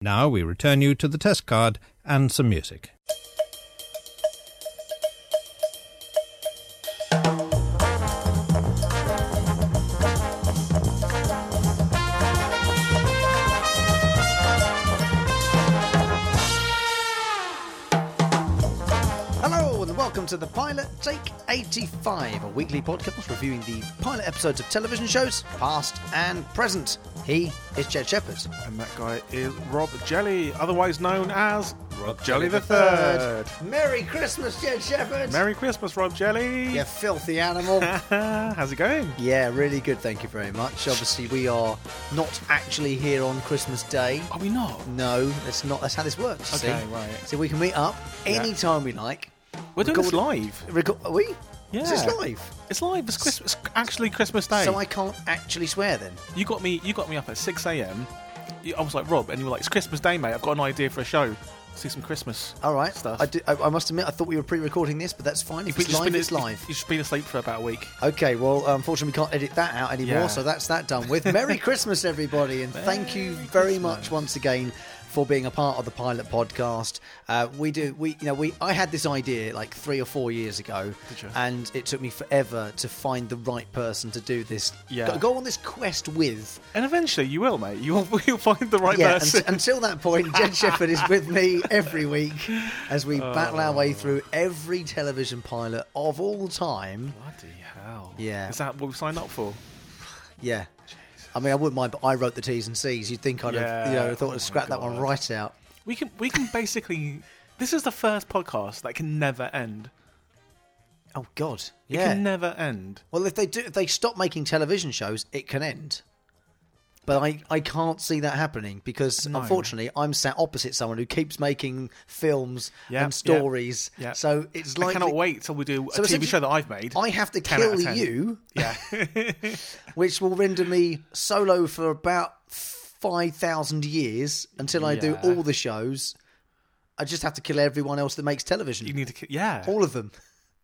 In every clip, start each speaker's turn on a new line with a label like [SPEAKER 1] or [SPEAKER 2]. [SPEAKER 1] Now we return you to the test card and some music.
[SPEAKER 2] Hello and welcome to the Pilot Take 85, a weekly podcast reviewing the pilot episodes of television shows, past and present. He is Jed Shepard.
[SPEAKER 3] And that guy is Rob Jelly, otherwise known as Rob Jelly the Third.
[SPEAKER 2] Third. Merry Christmas, Jed Shepard.
[SPEAKER 3] Merry Christmas, Rob Jelly.
[SPEAKER 2] you filthy animal.
[SPEAKER 3] How's it going?
[SPEAKER 2] yeah, really good. Thank you very much. Obviously, we are not actually here on Christmas Day.
[SPEAKER 3] Are we not?
[SPEAKER 2] No, that's not. That's how this works. you
[SPEAKER 3] Okay,
[SPEAKER 2] see?
[SPEAKER 3] right.
[SPEAKER 2] So we can meet up anytime we like.
[SPEAKER 3] We're doing this
[SPEAKER 2] Record-
[SPEAKER 3] live.
[SPEAKER 2] Reco- are we?
[SPEAKER 3] Yeah.
[SPEAKER 2] Is this live?
[SPEAKER 3] It's live. It's, Christmas, it's actually Christmas Day.
[SPEAKER 2] So I can't actually swear then.
[SPEAKER 3] You got me. You got me up at six a.m. You- I was like Rob, and you were like, "It's Christmas Day, mate. I've got an idea for a show. See some Christmas."
[SPEAKER 2] All right.
[SPEAKER 3] Stuff.
[SPEAKER 2] I, do, I, I must admit, I thought we were pre-recording this, but that's fine. If
[SPEAKER 3] But
[SPEAKER 2] it's
[SPEAKER 3] you've just
[SPEAKER 2] live,
[SPEAKER 3] been-
[SPEAKER 2] it's live.
[SPEAKER 3] You've just been asleep for about a week.
[SPEAKER 2] Okay. Well, unfortunately, we can't edit that out anymore,
[SPEAKER 3] Yeah.
[SPEAKER 2] so that's that done with. Merry Christmas, everybody, and thank you
[SPEAKER 3] Merry
[SPEAKER 2] very
[SPEAKER 3] Christmas.
[SPEAKER 2] much once again for being a part of the pilot podcast. Uh, we do. We, you know, we. I had this idea like three or four years ago,
[SPEAKER 3] Did you?
[SPEAKER 2] and it took me forever to find the right person to do this.
[SPEAKER 3] Yeah.
[SPEAKER 2] Go, go on this quest with.
[SPEAKER 3] And eventually, you will, mate. You'll you'll find the right
[SPEAKER 2] yeah,
[SPEAKER 3] person.
[SPEAKER 2] unt- until that point, Jed Shepard is with me every week as we
[SPEAKER 3] Oh.
[SPEAKER 2] battle our way through every television pilot of all time.
[SPEAKER 3] Bloody hell!
[SPEAKER 2] Yeah.
[SPEAKER 3] Is that what we signed up for?
[SPEAKER 2] Yeah. I mean, I wouldn't mind, but I wrote the T's and C's. You'd think I'd have, you
[SPEAKER 3] Yeah.
[SPEAKER 2] know, thought
[SPEAKER 3] Oh
[SPEAKER 2] I'd scrap
[SPEAKER 3] my
[SPEAKER 2] that one
[SPEAKER 3] God.
[SPEAKER 2] right out.
[SPEAKER 3] We can we can basically. This is the first podcast that can never end.
[SPEAKER 2] Oh, God.
[SPEAKER 3] It
[SPEAKER 2] Yeah.
[SPEAKER 3] can uh, never end.
[SPEAKER 2] well, if they do, if they stop making television shows, it can end. But I, I can't see that happening because,
[SPEAKER 3] No.
[SPEAKER 2] unfortunately, I'm sat opposite someone who keeps making films
[SPEAKER 3] Yeah,
[SPEAKER 2] and
[SPEAKER 3] yeah,
[SPEAKER 2] stories.
[SPEAKER 3] yeah.
[SPEAKER 2] So it's like.
[SPEAKER 3] I cannot wait till we do a
[SPEAKER 2] So
[SPEAKER 3] TV show
[SPEAKER 2] essentially,
[SPEAKER 3] that I've made.
[SPEAKER 2] I have to
[SPEAKER 3] 10 out of
[SPEAKER 2] kill
[SPEAKER 3] 10.
[SPEAKER 2] you
[SPEAKER 3] Yeah.
[SPEAKER 2] which will render me solo for about 5,000 years until I do
[SPEAKER 3] Yeah.
[SPEAKER 2] all the shows. I just have to kill everyone else that makes television.
[SPEAKER 3] you need to. ki- Yeah.
[SPEAKER 2] all of them.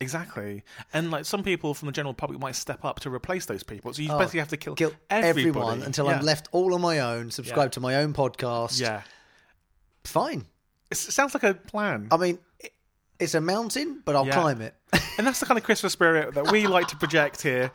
[SPEAKER 3] Exactly. And like some people from the general public might step up to replace those people. So you
[SPEAKER 2] Oh,
[SPEAKER 3] basically have to kill,
[SPEAKER 2] Kill
[SPEAKER 3] everybody.
[SPEAKER 2] everyone until
[SPEAKER 3] Yeah.
[SPEAKER 2] I'm left all on my own, subscribe
[SPEAKER 3] Yeah.
[SPEAKER 2] to my own podcast.
[SPEAKER 3] Yeah.
[SPEAKER 2] Fine.
[SPEAKER 3] It's- It sounds like a plan.
[SPEAKER 2] I mean, it- it's a mountain, but I'll
[SPEAKER 3] Yeah.
[SPEAKER 2] climb it.
[SPEAKER 3] and that's the kind of Christmas spirit that we like to project here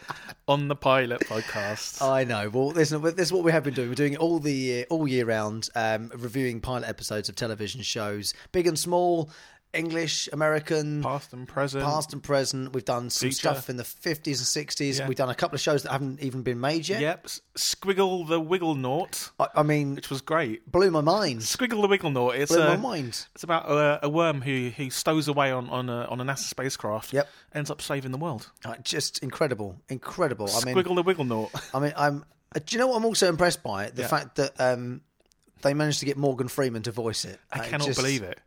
[SPEAKER 3] on the pilot podcast.
[SPEAKER 2] I know. Well, this, this is what we have been doing. We're doing it all the year, all year round, um, reviewing pilot episodes of television shows, big and small, English, American,
[SPEAKER 3] past and present.
[SPEAKER 2] past and present. We've done some
[SPEAKER 3] Future.
[SPEAKER 2] stuff in the 50s and 60s.
[SPEAKER 3] Yeah.
[SPEAKER 2] We've done a couple of shows that haven't even been made yet.
[SPEAKER 3] Yep. S- Squiggle the Wiggle Naught,
[SPEAKER 2] I, I mean,
[SPEAKER 3] which was great.
[SPEAKER 2] blew my mind.
[SPEAKER 3] Squiggle the Wiggle Naught. It's uh,
[SPEAKER 2] Blew
[SPEAKER 3] a,
[SPEAKER 2] my mind.
[SPEAKER 3] It's about a, a worm who who stows away on on a, on a NASA spacecraft.
[SPEAKER 2] Yep.
[SPEAKER 3] Ends up saving the world.
[SPEAKER 2] Uh, Just incredible. Incredible. I mean,
[SPEAKER 3] Squiggle the wiggle naught.
[SPEAKER 2] I mean, I'm. uh, Do you know what I'm also impressed by? The fact that um, they managed to get Morgan Freeman to voice it.
[SPEAKER 3] I cannot believe it.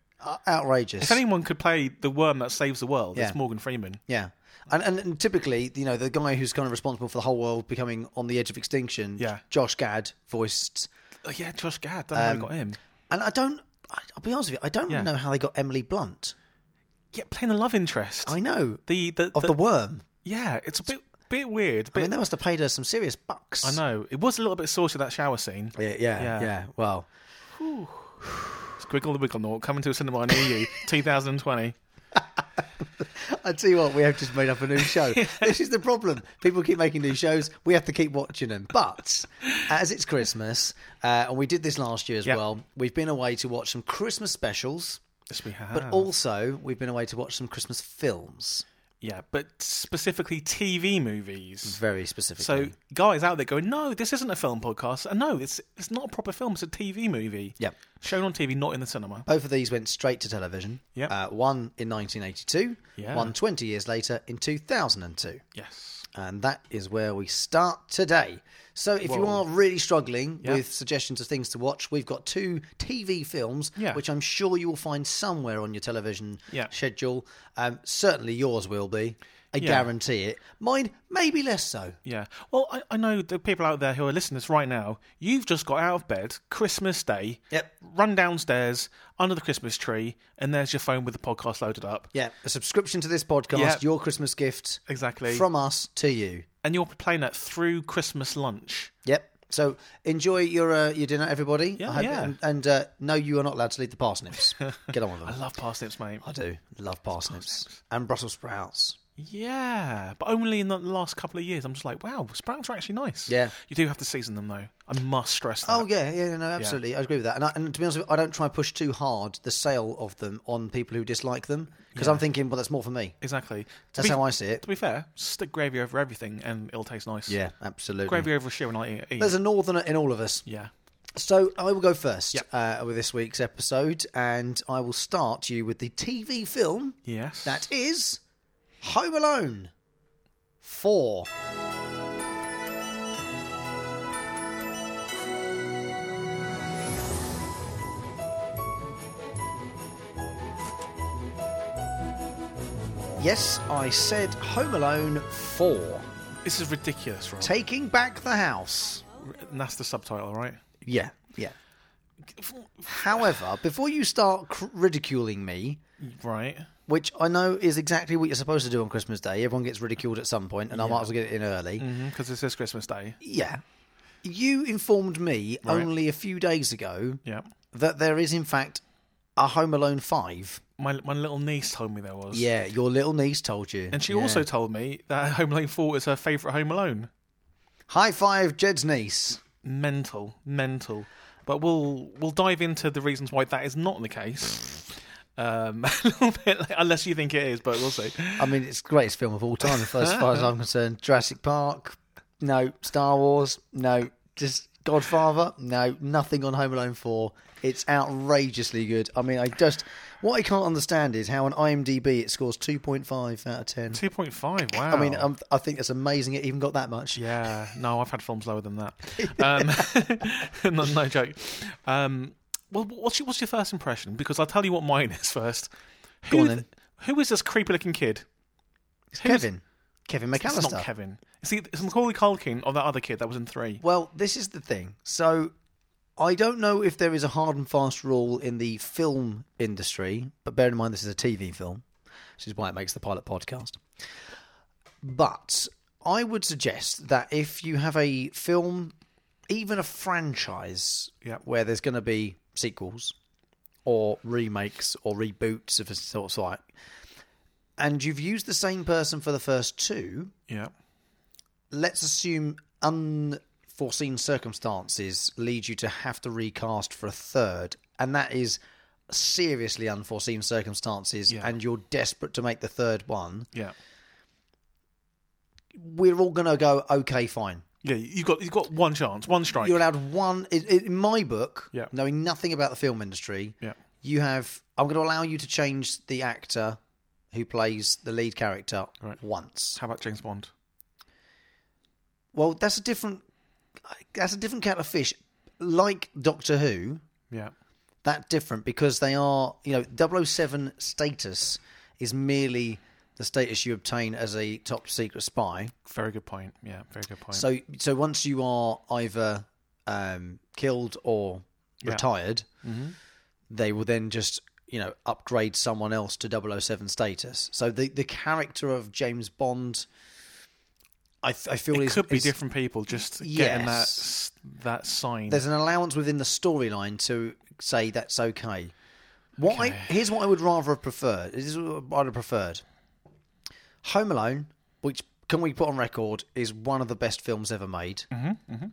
[SPEAKER 2] outrageous.
[SPEAKER 3] If anyone could play the worm that saves the world,
[SPEAKER 2] Yeah.
[SPEAKER 3] it's Morgan Freeman.
[SPEAKER 2] Yeah. And, and, and typically, you know, the guy who's kind of responsible for the whole world becoming on the edge of extinction,
[SPEAKER 3] Yeah.
[SPEAKER 2] Josh Gad, voiced.
[SPEAKER 3] Oh, yeah, Josh Gad. Don't know how
[SPEAKER 2] Um,
[SPEAKER 3] they got him.
[SPEAKER 2] And I don't, I- I'll be honest with you, I don't
[SPEAKER 3] Yeah.
[SPEAKER 2] know how they got Emily Blunt.
[SPEAKER 3] Yeah, playing the love interest.
[SPEAKER 2] I know.
[SPEAKER 3] the, the,
[SPEAKER 2] of
[SPEAKER 3] the-
[SPEAKER 2] the worm.
[SPEAKER 3] yeah, it's a bit bit weird.
[SPEAKER 2] I
[SPEAKER 3] But
[SPEAKER 2] mean, they must have paid her some serious bucks.
[SPEAKER 3] I know it was a little bit saucy that shower scene.
[SPEAKER 2] Yeah, yeah, yeah.
[SPEAKER 3] Yeah.
[SPEAKER 2] Well,
[SPEAKER 3] Squiggle the wiggle naught coming to a cinema E near you, 2020.
[SPEAKER 2] I tell you what, we have just made up a new show. this is the problem. People keep making new shows. We have to keep watching them. But as it's Christmas, uh, and we did this last year as
[SPEAKER 3] Yeah.
[SPEAKER 2] well, we've been away to watch some Christmas specials,
[SPEAKER 3] Yes, we have.
[SPEAKER 2] but also we've been away to watch some Christmas films.
[SPEAKER 3] yeah, but specifically TV movies.
[SPEAKER 2] Very specifically.
[SPEAKER 3] So guys out there going, no, this isn't a film podcast. And no, it's it's not a proper film. It's a TV movie.
[SPEAKER 2] Yep.
[SPEAKER 3] Shown on TV, not in the cinema.
[SPEAKER 2] both of these went straight to television.
[SPEAKER 3] Yep.
[SPEAKER 2] Uh, one in 1982,
[SPEAKER 3] Yeah.
[SPEAKER 2] one 20 years later in 2002.
[SPEAKER 3] Yes.
[SPEAKER 2] And that is where we start today. So, if you are really struggling with suggestions of things to watch, we've got two TV films,
[SPEAKER 3] Yeah.
[SPEAKER 2] which I'm sure you will find somewhere on your television
[SPEAKER 3] Yeah.
[SPEAKER 2] schedule. Um, certainly yours will be. I
[SPEAKER 3] Yeah.
[SPEAKER 2] guarantee it. Mine, maybe less so.
[SPEAKER 3] Yeah. Well, I, I know the people out there who are listening to this right now, you've just got out of bed, Christmas Day.
[SPEAKER 2] Yep.
[SPEAKER 3] Run downstairs under the Christmas tree, and there's your phone with the podcast loaded up.
[SPEAKER 2] Yeah, a subscription to this podcast,
[SPEAKER 3] Yep.
[SPEAKER 2] your Christmas gift
[SPEAKER 3] Exactly.
[SPEAKER 2] from us to you.
[SPEAKER 3] and you're playing that through Christmas lunch.
[SPEAKER 2] Yep. So enjoy your uh, your dinner, everybody.
[SPEAKER 3] Yeah,
[SPEAKER 2] I hope-
[SPEAKER 3] yeah.
[SPEAKER 2] And, and uh, no, you are not allowed to leave the parsnips. Get on with them.
[SPEAKER 3] I love parsnips, mate.
[SPEAKER 2] I do love parsnips. and Brussels sprouts.
[SPEAKER 3] Yeah, but only in the last couple of years. I'm just like, wow, sprouts are actually nice.
[SPEAKER 2] Yeah.
[SPEAKER 3] You do have to season them, though. I must stress that.
[SPEAKER 2] Oh yeah, yeah, no, absolutely, I agree with that. And, I, and to be honest, with you, I don't try and push too hard the sale of them on people who dislike them because I'm thinking, well, that's more for me.
[SPEAKER 3] Exactly. To
[SPEAKER 2] That's
[SPEAKER 3] be-
[SPEAKER 2] how I see it.
[SPEAKER 3] To be fair, stick gravy over everything and it'll taste nice.
[SPEAKER 2] Yeah, absolutely.
[SPEAKER 3] Gravy over a shoe and I'll eat it.
[SPEAKER 2] There's a northerner in all of us.
[SPEAKER 3] yeah.
[SPEAKER 2] So I will go first uh, with this week's episode, and I will start you with the TV film
[SPEAKER 3] Yes.
[SPEAKER 2] that is Home Alone Four. Yes, I said Home Alone 4.
[SPEAKER 3] This is ridiculous, right?
[SPEAKER 2] Taking back the house.
[SPEAKER 3] and that's the subtitle, right?
[SPEAKER 2] Yeah, yeah. However, before you start cr- ridiculing me,
[SPEAKER 3] Right.
[SPEAKER 2] which I know is exactly what you're supposed to do on Christmas Day, everyone gets ridiculed at some point, and I might as well get it in early.
[SPEAKER 3] Because this is Christmas Day.
[SPEAKER 2] Yeah. You informed me
[SPEAKER 3] Right.
[SPEAKER 2] only a few days ago
[SPEAKER 3] Yeah.
[SPEAKER 2] that there is, in fact, a Home Alone 5.
[SPEAKER 3] My, my little niece told me there was.
[SPEAKER 2] Yeah, your little niece told you.
[SPEAKER 3] And she
[SPEAKER 2] Yeah.
[SPEAKER 3] also told me that Home Alone 4 is her favourite Home Alone.
[SPEAKER 2] High five, Jed's niece.
[SPEAKER 3] mental, mental. But we'll we'll dive into the reasons why that is not the case. Um, a little bit, unless you think it is, but we'll see.
[SPEAKER 2] I mean, it's the greatest film of all time, as far as far as I'm concerned. Jurassic Park, no. Star Wars, no. Just Godfather, no. Nothing on Home Alone 4. It's outrageously good. I mean, I just. What I can't understand is how on IMDb it scores 2.5 out of 10.
[SPEAKER 3] Two point five. Wow.
[SPEAKER 2] I mean, um, I think it's amazing it even got that much.
[SPEAKER 3] yeah. No, I've had films lower than that. Um, no, no joke. Um, well, what's your, what's your first impression? Because I'll tell you what mine is first. Who,
[SPEAKER 2] Go on then.
[SPEAKER 3] who is this creepy looking kid?
[SPEAKER 2] It's Kevin. Kevin
[SPEAKER 3] It's
[SPEAKER 2] McAllister.
[SPEAKER 3] not Kevin. See, it's Macaulay Culkin or that other kid that was in three.
[SPEAKER 2] Well, this is the thing. So I don't know if there is a hard and fast rule in the film industry, but bear in mind this is a TV film, which is why it makes the pilot podcast. But I would suggest that if you have a film, even a franchise,
[SPEAKER 3] Yeah.
[SPEAKER 2] where there's going to be sequels or remakes or reboots of a sort, sort, and you've used the same person for the first two,
[SPEAKER 3] Yeah.
[SPEAKER 2] let's assume unforeseen circumstances lead you to have to recast for a third, and that is seriously unforeseen circumstances,
[SPEAKER 3] Yeah.
[SPEAKER 2] and you're desperate to make the third one,
[SPEAKER 3] Yeah.
[SPEAKER 2] we're all going to go, okay, fine.
[SPEAKER 3] Yeah. You've got you've got one chance, one strike.
[SPEAKER 2] You're allowed one, in, in my book,
[SPEAKER 3] Yeah.
[SPEAKER 2] knowing nothing about the film industry,
[SPEAKER 3] yeah.
[SPEAKER 2] you have, I'm going to allow you to change the actor who plays the lead character
[SPEAKER 3] Right.
[SPEAKER 2] once.
[SPEAKER 3] How about James Bond?
[SPEAKER 2] Well, that's a different, that's a different kettle of fish. Like Doctor Who,
[SPEAKER 3] Yeah.
[SPEAKER 2] that different because they are, you know, 007 status is merely the status you obtain as a top secret spy.
[SPEAKER 3] Very good point. Yeah, very good point.
[SPEAKER 2] So, so once you are either um, killed or retired,
[SPEAKER 3] Mm-hmm.
[SPEAKER 2] they will then just, you know, upgrade someone else to 007 status. So the, the character of James Bond, I, th- I feel
[SPEAKER 3] it
[SPEAKER 2] is,
[SPEAKER 3] could be
[SPEAKER 2] is-
[SPEAKER 3] different people just getting that s- that sign.
[SPEAKER 2] there's an allowance within the storyline to say that's okay. What I, here's what I would rather have preferred. This is what I'd have preferred. Home Alone, which can we put on record, is one of the best films ever made. Mm-hmm,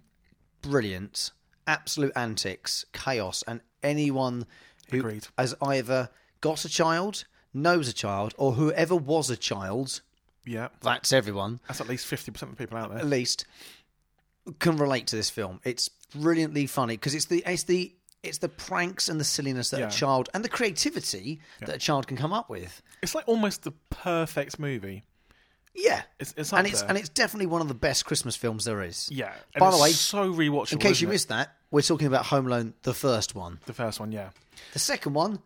[SPEAKER 2] Brilliant, absolute antics, chaos, and anyone who
[SPEAKER 3] Agreed.
[SPEAKER 2] has either got a child, knows a child, or whoever was a child.
[SPEAKER 3] yeah,
[SPEAKER 2] That's everyone
[SPEAKER 3] that's at least fifty percent of the people out
[SPEAKER 2] at
[SPEAKER 3] there.
[SPEAKER 2] least can relate to this film. It's brilliantly funny because it's the it's the it's the pranks and the silliness that
[SPEAKER 3] Yeah.
[SPEAKER 2] a child and the creativity that a child can come up with.
[SPEAKER 3] It's like almost the perfect movie.
[SPEAKER 2] Yeah,
[SPEAKER 3] It's, it's up
[SPEAKER 2] and it's
[SPEAKER 3] there.
[SPEAKER 2] and it's definitely one of the best Christmas films there is.
[SPEAKER 3] yeah. And
[SPEAKER 2] By
[SPEAKER 3] it's
[SPEAKER 2] the way,
[SPEAKER 3] so rewatchable.
[SPEAKER 2] in case
[SPEAKER 3] isn't
[SPEAKER 2] you
[SPEAKER 3] it?
[SPEAKER 2] missed that, we're talking about Home Alone, the first one.
[SPEAKER 3] the first one, yeah.
[SPEAKER 2] The second one,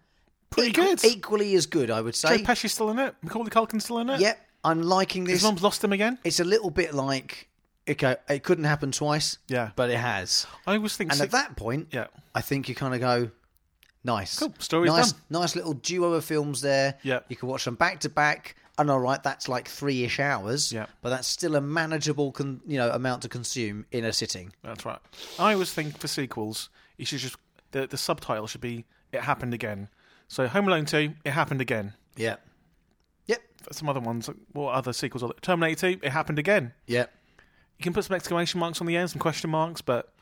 [SPEAKER 3] Pretty
[SPEAKER 2] equal-
[SPEAKER 3] good.
[SPEAKER 2] equally as good, I would
[SPEAKER 3] Joe
[SPEAKER 2] say.
[SPEAKER 3] Pesci's still in it. Macaulay Culkin's still in it.
[SPEAKER 2] Yep, I'm liking
[SPEAKER 3] his
[SPEAKER 2] this.
[SPEAKER 3] mum's lost him again.
[SPEAKER 2] It's a little bit like okay, it couldn't happen twice.
[SPEAKER 3] Yeah.
[SPEAKER 2] but it has.
[SPEAKER 3] I always think
[SPEAKER 2] And
[SPEAKER 3] six-
[SPEAKER 2] at that point,
[SPEAKER 3] Yeah,
[SPEAKER 2] I think you kind of go, nice.
[SPEAKER 3] Cool, story's
[SPEAKER 2] nice,
[SPEAKER 3] done.
[SPEAKER 2] Nice little duo of films there.
[SPEAKER 3] Yeah.
[SPEAKER 2] You can watch them back to back. and all right, that's like three ish hours.
[SPEAKER 3] Yeah.
[SPEAKER 2] But that's still a manageable, con- you know, amount to consume in a sitting.
[SPEAKER 3] That's right. I always think for sequels, you should just the the subtitle should be "It Happened Again." So Home Alone Two, it happened again.
[SPEAKER 2] Yeah. Yep.
[SPEAKER 3] Some other ones, like, what other sequels? Are there? Terminator Two, it happened again.
[SPEAKER 2] Yep.
[SPEAKER 3] You can put some exclamation marks on the end, some question marks, but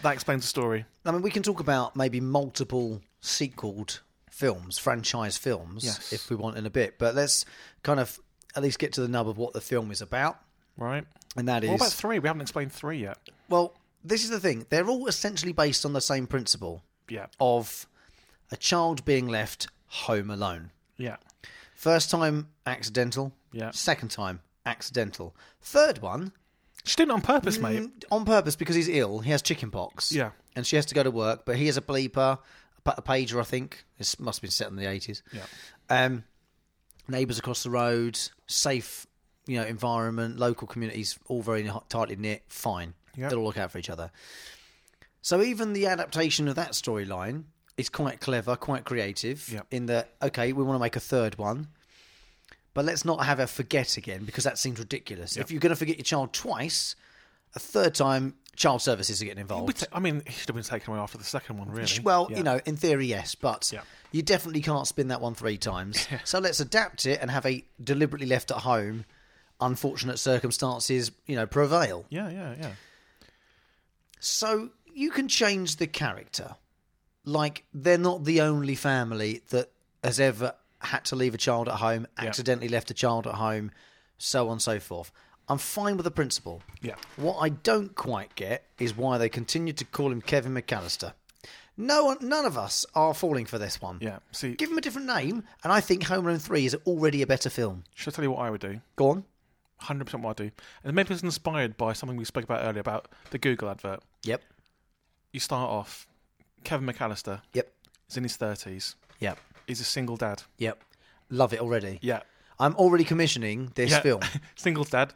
[SPEAKER 3] that explains the story.
[SPEAKER 2] I mean, we can talk about maybe multiple sequeled films, franchise films,
[SPEAKER 3] Yes.
[SPEAKER 2] if we want in a bit. But let's kind of at least get to the nub of what the film is about,
[SPEAKER 3] Right?
[SPEAKER 2] and that is
[SPEAKER 3] What about three? We haven't explained three yet.
[SPEAKER 2] well, this is the thing. They're all essentially based on the same principle
[SPEAKER 3] Yeah.
[SPEAKER 2] of a child being left home alone.
[SPEAKER 3] Yeah.
[SPEAKER 2] First time accidental.
[SPEAKER 3] Yeah.
[SPEAKER 2] Second time accidental. Third one
[SPEAKER 3] She did it on purpose, mate.
[SPEAKER 2] mm, on purpose because he's ill. He has chickenpox.
[SPEAKER 3] Yeah.
[SPEAKER 2] And she has to go to work, but he has a bleeper, a pa- a pager, I think. This must have been set in the 80s.
[SPEAKER 3] Yeah.
[SPEAKER 2] Um, neighbours across the road, safe, you know, environment, local communities, all very ni- tightly knit, fine.
[SPEAKER 3] Yeah.
[SPEAKER 2] They'll all look out for each other. So even the adaptation of that storyline is quite clever, quite creative.
[SPEAKER 3] Yeah.
[SPEAKER 2] In that, okay, we want to make a third one, but let's not have her forget again because that seems ridiculous. If you're going to forget your child twice, a third time, child services are getting
[SPEAKER 3] We
[SPEAKER 2] involved.
[SPEAKER 3] ta- I mean, he should have been taken away after the second one, really.
[SPEAKER 2] Well,
[SPEAKER 3] Yeah.
[SPEAKER 2] you know, in theory, yes, but
[SPEAKER 3] Yeah.
[SPEAKER 2] you definitely can't spin that one three times. so let's adapt it and have a deliberately left at home, unfortunate circumstances, you know, prevail.
[SPEAKER 3] Yeah, yeah, yeah.
[SPEAKER 2] So you can change the character. Like, they're not the only family that has ever had to leave a child at home, accidentally left a child at home, so on and so forth. I'm fine with the principle.
[SPEAKER 3] Yeah.
[SPEAKER 2] What I don't quite get is why they continue to call him Kevin McAllister. No one, none of us are falling for this one.
[SPEAKER 3] Yeah. See,
[SPEAKER 2] Give him a different name, and I think Home Alone 3 is already a better film.
[SPEAKER 3] should I tell you what I would do?
[SPEAKER 2] Go on.
[SPEAKER 3] 100% what I do. And maybe it's inspired by something we spoke about earlier about the Google advert.
[SPEAKER 2] Yep.
[SPEAKER 3] You start off, Kevin McAllister
[SPEAKER 2] Yep.
[SPEAKER 3] is in his 30s.
[SPEAKER 2] Yep.
[SPEAKER 3] He's a single dad.
[SPEAKER 2] Yep. Love it already.
[SPEAKER 3] Yeah.
[SPEAKER 2] I'm already commissioning this
[SPEAKER 3] yeah.
[SPEAKER 2] film.
[SPEAKER 3] single dad.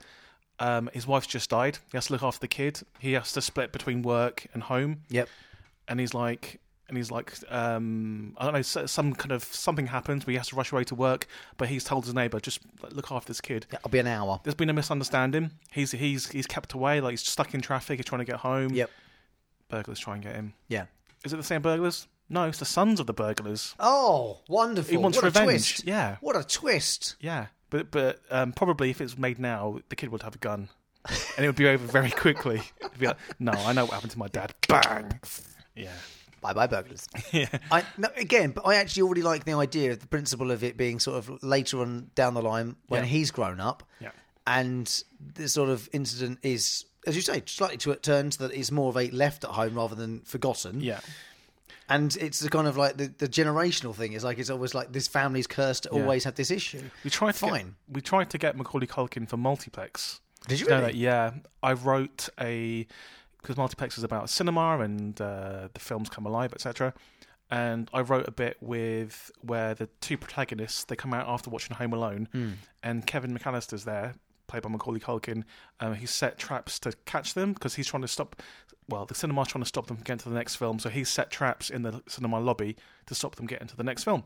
[SPEAKER 3] Um, his wife's just died. He has to look after the kid. He has to split between work and home.
[SPEAKER 2] Yep.
[SPEAKER 3] And he's like, and he's like, um, I don't know, so- some kind of something happens. where he has to rush away to work, but he's told his neighbour, just like, look after this kid.
[SPEAKER 2] It'll be an hour.
[SPEAKER 3] There's been a misunderstanding. He's he's he's kept away. Like he's stuck in traffic. He's trying to get home.
[SPEAKER 2] Yep.
[SPEAKER 3] Burglars try and get him.
[SPEAKER 2] Yeah.
[SPEAKER 3] Is it the same burglars? No, it's the sons of the burglars.
[SPEAKER 2] Oh, wonderful!
[SPEAKER 3] He wants
[SPEAKER 2] what
[SPEAKER 3] revenge.
[SPEAKER 2] A twist.
[SPEAKER 3] Yeah.
[SPEAKER 2] What a twist!
[SPEAKER 3] Yeah, but but um, probably if it was made now, the kid would have a gun, and it would be over very quickly. It'd be like, no, I know what happened to my dad. Bang. Yeah.
[SPEAKER 2] Bye bye burglars.
[SPEAKER 3] Yeah.
[SPEAKER 2] I no, again, but I actually already like the idea of the principle of it being sort of later on down the line when
[SPEAKER 3] Yeah.
[SPEAKER 2] he's grown up,
[SPEAKER 3] Yeah.
[SPEAKER 2] and this sort of incident is, as you say, slightly to it turns that it's more of a left at home rather than forgotten.
[SPEAKER 3] Yeah.
[SPEAKER 2] and it's the kind of like the, the generational thing. It's like it's always like this family's cursed to always have this issue.
[SPEAKER 3] We tried to get-
[SPEAKER 2] Fine.
[SPEAKER 3] we tried to get Macaulay Culkin for multiplex.
[SPEAKER 2] Did you
[SPEAKER 3] No,
[SPEAKER 2] really?
[SPEAKER 3] no, yeah, I wrote a because multiplex is about cinema and uh, the films come alive, etc. And I wrote a bit with where the two protagonists they come out after watching Home Alone,
[SPEAKER 2] Hmm.
[SPEAKER 3] and Kevin McAllister's there, played by Macaulay Culkin. Um, he set traps to catch them because he's trying to stop. Well, the cinema's trying to stop them from getting to the next film, so he set traps in the cinema lobby to stop them getting to the next film.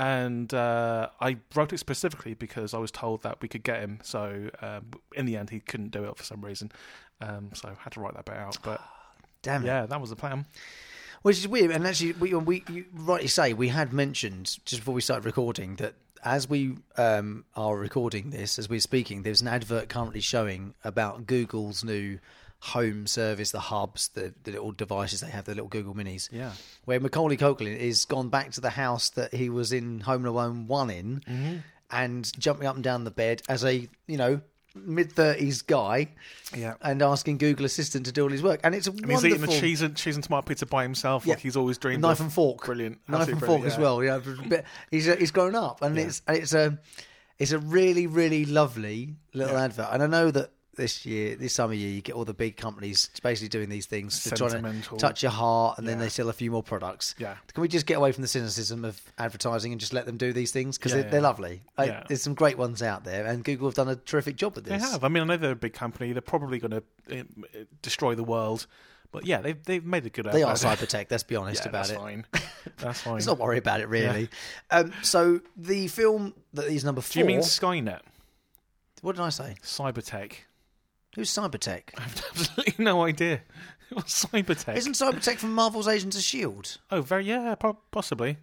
[SPEAKER 3] And uh, I wrote it specifically because I was told that we could get him. So um, in the end, he couldn't do it for some reason. Um, so I had to write that bit out. But
[SPEAKER 2] Damn it.
[SPEAKER 3] yeah, that was the plan.
[SPEAKER 2] Which is weird, and actually, we, we you rightly say we had mentioned just before we started recording that as we um, are recording this, as we're speaking, there's an advert currently showing about Google's new home service, the hubs, the, the little devices they have, the little Google Minis.
[SPEAKER 3] Yeah.
[SPEAKER 2] where Macaulay Culkin is gone back to the house that he was in Home Alone one in,
[SPEAKER 3] Mm-hmm.
[SPEAKER 2] and jumping up and down the bed as a you know mid thirties guy,
[SPEAKER 3] Yeah.
[SPEAKER 2] and asking Google Assistant to do all his work, and it's a
[SPEAKER 3] And he's
[SPEAKER 2] wonderful.
[SPEAKER 3] eating the cheese and cheese and tomato pizza by himself, like
[SPEAKER 2] Yeah.
[SPEAKER 3] he's always dreamed.
[SPEAKER 2] knife
[SPEAKER 3] of.
[SPEAKER 2] and fork,
[SPEAKER 3] brilliant,
[SPEAKER 2] knife and
[SPEAKER 3] Absolutely
[SPEAKER 2] fork
[SPEAKER 3] brilliant,
[SPEAKER 2] as well. Yeah, but he's he's grown up, and it's it's a it's a really really lovely little advert. And I know that this year, this time of year, you get all the big companies basically doing these things, to try to
[SPEAKER 3] Sentimental.
[SPEAKER 2] touch your heart, and then
[SPEAKER 3] Yeah.
[SPEAKER 2] they sell a few more products.
[SPEAKER 3] Yeah.
[SPEAKER 2] can we just get away from the cynicism of advertising and just let them do these things because
[SPEAKER 3] Yeah,
[SPEAKER 2] they're, they're
[SPEAKER 3] yeah.
[SPEAKER 2] lovely? Like,
[SPEAKER 3] Yeah.
[SPEAKER 2] There's some great ones out there, and Google have done a terrific job at
[SPEAKER 3] They
[SPEAKER 2] this.
[SPEAKER 3] have. I mean, I know they're a big company. They're probably going to destroy the world. But yeah, they've they've made a good.
[SPEAKER 2] They
[SPEAKER 3] effort.
[SPEAKER 2] are cyber tech. Let's be honest
[SPEAKER 3] Yeah,
[SPEAKER 2] about
[SPEAKER 3] that's
[SPEAKER 2] it.
[SPEAKER 3] Fine. That's fine.
[SPEAKER 2] Let's not worry about it, really. Um, so the film that he's number four.
[SPEAKER 3] Do you mean Skynet?
[SPEAKER 2] what did I say?
[SPEAKER 3] Cybertech?
[SPEAKER 2] Who's Cybertech?
[SPEAKER 3] I have absolutely no idea. What's Cybertech?
[SPEAKER 2] Isn't Cybertech from Marvel's Agents of Shield?
[SPEAKER 3] oh, very yeah, po- possibly.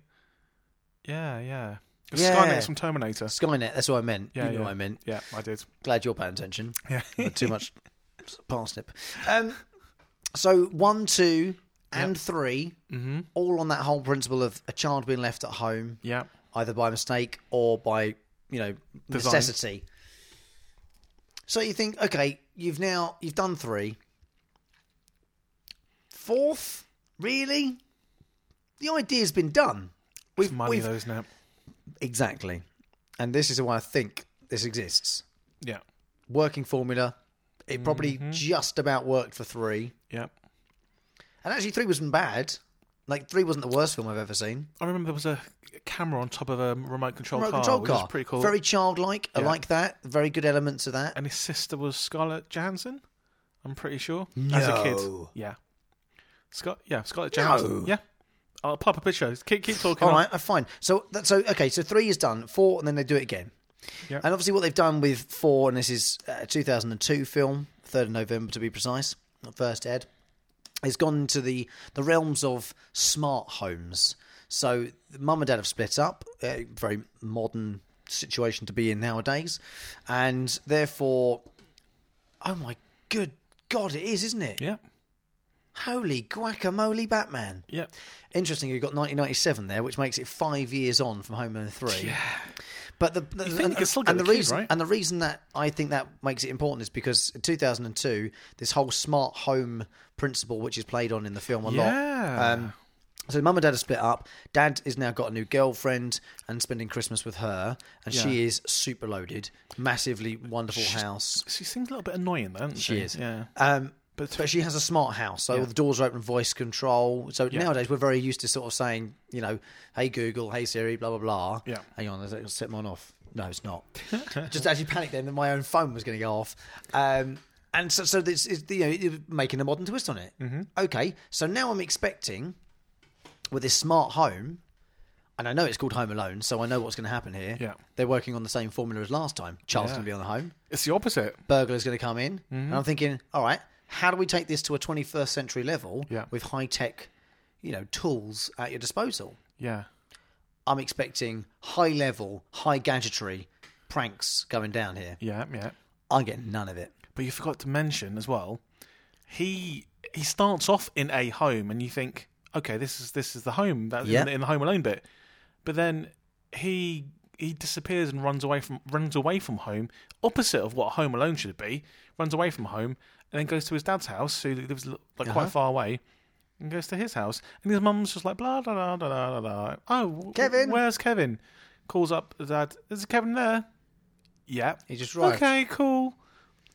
[SPEAKER 3] Yeah, yeah. 'Cause
[SPEAKER 2] Yeah.
[SPEAKER 3] Skynet's from Terminator.
[SPEAKER 2] Skynet. That's what I meant.
[SPEAKER 3] Yeah,
[SPEAKER 2] you know
[SPEAKER 3] yeah.
[SPEAKER 2] what I meant.
[SPEAKER 3] Yeah, I did.
[SPEAKER 2] Glad you're paying attention.
[SPEAKER 3] Yeah.
[SPEAKER 2] Not too much parsnip. Um, so one, two, and three,
[SPEAKER 3] Mm-hmm.
[SPEAKER 2] all on that whole principle of a child being left at home
[SPEAKER 3] Yeah.
[SPEAKER 2] either by mistake or by you know
[SPEAKER 3] Design.
[SPEAKER 2] necessity. So you think, okay, you've now you've done three. Fourth, really? The idea's been done. We've,
[SPEAKER 3] Money
[SPEAKER 2] we've-
[SPEAKER 3] those now.
[SPEAKER 2] exactly, and this is why I think this exists.
[SPEAKER 3] Yeah.
[SPEAKER 2] Working formula. It probably
[SPEAKER 3] Mm-hmm.
[SPEAKER 2] just about worked for three,
[SPEAKER 3] Yeah.
[SPEAKER 2] and actually three wasn't bad. Like three wasn't the worst film I've ever seen.
[SPEAKER 3] I remember there was a camera on top of a remote control
[SPEAKER 2] Remote
[SPEAKER 3] car,
[SPEAKER 2] control
[SPEAKER 3] which
[SPEAKER 2] car,
[SPEAKER 3] was pretty cool.
[SPEAKER 2] Very childlike. I
[SPEAKER 3] Yeah.
[SPEAKER 2] like that. Very good elements of that.
[SPEAKER 3] And his sister was Scarlett Johansson. I'm pretty sure. As a kid.
[SPEAKER 2] No.
[SPEAKER 3] Yeah. Scott. Yeah, Scarlett Johansson.
[SPEAKER 2] No.
[SPEAKER 3] Yeah. I'll pop a picture. Keep keep talking.
[SPEAKER 2] All
[SPEAKER 3] I'll-
[SPEAKER 2] right, uh, fine. So that so okay. So three is done. Four, and then they do it again.
[SPEAKER 3] Yeah.
[SPEAKER 2] And obviously, what they've done with four, and this is uh, a 2002 film, third of November to be precise, not first Ed, has gone into the the realms of smart homes. So mum and dad have split up. A very modern situation to be in nowadays, and therefore, oh my good god, it is, isn't it?
[SPEAKER 3] Yeah.
[SPEAKER 2] Holy guacamole, Batman!
[SPEAKER 3] Yeah.
[SPEAKER 2] Interesting, you've got 1997 there, which makes it five years on from Home Alone three. Yeah, but the, the-
[SPEAKER 3] think
[SPEAKER 2] and,
[SPEAKER 3] you can still get
[SPEAKER 2] and the
[SPEAKER 3] the kid,
[SPEAKER 2] reason
[SPEAKER 3] right?
[SPEAKER 2] and the reason that I think that makes it important is because in 2002, this whole smart home principle, which is played on in the film a lot.
[SPEAKER 3] Yeah.
[SPEAKER 2] Um, so mum and dad have split up. Dad has now got a new girlfriend and spending Christmas with her, and she
[SPEAKER 3] Yeah.
[SPEAKER 2] is super loaded, massively wonderful house.
[SPEAKER 3] She seems a little bit annoying, though, doesn't she?
[SPEAKER 2] She is.
[SPEAKER 3] Yeah.
[SPEAKER 2] Um,
[SPEAKER 3] But-
[SPEAKER 2] but she has a smart house, so
[SPEAKER 3] Yeah.
[SPEAKER 2] the doors are open, voice control. So
[SPEAKER 3] Yeah.
[SPEAKER 2] nowadays we're very used to sort of saying, you know, hey Google, hey Siri, blah blah blah.
[SPEAKER 3] Yeah.
[SPEAKER 2] Hang on, is it- set mine off. No, it's not. Just actually panicked then that my own phone was going to go off. Um, and so, so this is you know you're making a modern twist on it. Mm-hmm. Okay, so now I'm expecting with this smart home, and I know it's called Home Alone, so I know what's going to happen here.
[SPEAKER 3] Yeah.
[SPEAKER 2] They're working on the same formula as last time. Charles
[SPEAKER 3] Yeah.
[SPEAKER 2] going to be on the home
[SPEAKER 3] It's the opposite.
[SPEAKER 2] burglar's going to come in.
[SPEAKER 3] Mm-hmm.
[SPEAKER 2] And I'm thinking, all right, how do we take this to a 21st century level
[SPEAKER 3] Yeah.
[SPEAKER 2] with high tech, you know, tools at your disposal?
[SPEAKER 3] Yeah.
[SPEAKER 2] I'm expecting high level, high gadgetry pranks going down here.
[SPEAKER 3] Yeah. Yeah.
[SPEAKER 2] I'm getting none of it.
[SPEAKER 3] But you forgot to mention as well, he he starts off in a home, and you think, okay, this is this is the home that
[SPEAKER 2] Yeah.
[SPEAKER 3] in, the- in the Home Alone bit, but then he he disappears and runs away from runs away from home, opposite of what Home Alone should be. Runs away from home and then goes to his dad's house, who lives like
[SPEAKER 2] Uh-huh.
[SPEAKER 3] quite far away, and goes to his house, and his mum's just like blah blah blah blah blah. blah. Oh, w-
[SPEAKER 2] Kevin.
[SPEAKER 3] where's Kevin? Calls up the dad. Is Kevin there? Yeah.
[SPEAKER 2] He just arrived.
[SPEAKER 3] Okay, cool.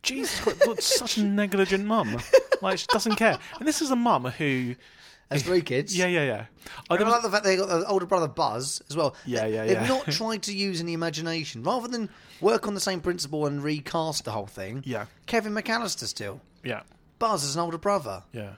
[SPEAKER 3] Jesus Christ, what such a negligent mum. Like, she doesn't care. And this is a mum who.
[SPEAKER 2] As three kids.
[SPEAKER 3] Yeah, yeah, yeah. I,
[SPEAKER 2] I
[SPEAKER 3] there was-
[SPEAKER 2] like the fact they got the older brother Buzz as well.
[SPEAKER 3] Yeah,
[SPEAKER 2] They-
[SPEAKER 3] yeah,
[SPEAKER 2] They've
[SPEAKER 3] yeah.
[SPEAKER 2] not tried to use any imagination. Rather than work on the same principle and recast the whole thing,
[SPEAKER 3] Yeah.
[SPEAKER 2] Kevin McAllister still.
[SPEAKER 3] yeah,
[SPEAKER 2] Buzz is an older brother.
[SPEAKER 3] yeah.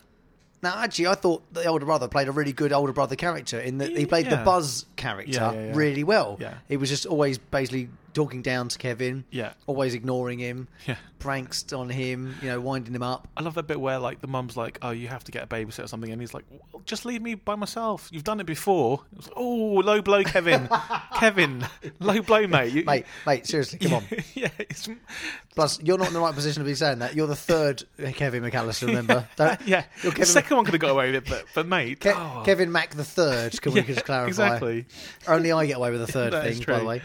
[SPEAKER 2] Now, actually, I thought the older brother played a really good older brother character in that he played the
[SPEAKER 3] Yeah.
[SPEAKER 2] Buzz character
[SPEAKER 3] Yeah, yeah, yeah.
[SPEAKER 2] really well.
[SPEAKER 3] Yeah.
[SPEAKER 2] He was just always basically talking down to Kevin,
[SPEAKER 3] Yeah.
[SPEAKER 2] always ignoring him,
[SPEAKER 3] Yeah.
[SPEAKER 2] pranks on him, you know, winding him up.
[SPEAKER 3] I love that bit where, like, the mum's like, oh, you have to get a babysitter or something. And he's like, well, just leave me by myself. You've done it before. It was like, oh, low blow, Kevin. Kevin, low blow, mate. You,
[SPEAKER 2] Mate, mate, seriously, come on.
[SPEAKER 3] yeah, it's,
[SPEAKER 2] Plus, you're not in the right position to be saying that. You're the third Kevin McAllister, remember? Don't-
[SPEAKER 3] yeah.
[SPEAKER 2] You're
[SPEAKER 3] The
[SPEAKER 2] Kevin,
[SPEAKER 3] second one could have got away with it, but, but mate.
[SPEAKER 2] Ke-
[SPEAKER 3] oh.
[SPEAKER 2] Kevin Mack the third. Can we just clarify?
[SPEAKER 3] Exactly.
[SPEAKER 2] Only I get away with the third
[SPEAKER 3] That is
[SPEAKER 2] thing, by the
[SPEAKER 3] true.
[SPEAKER 2] way.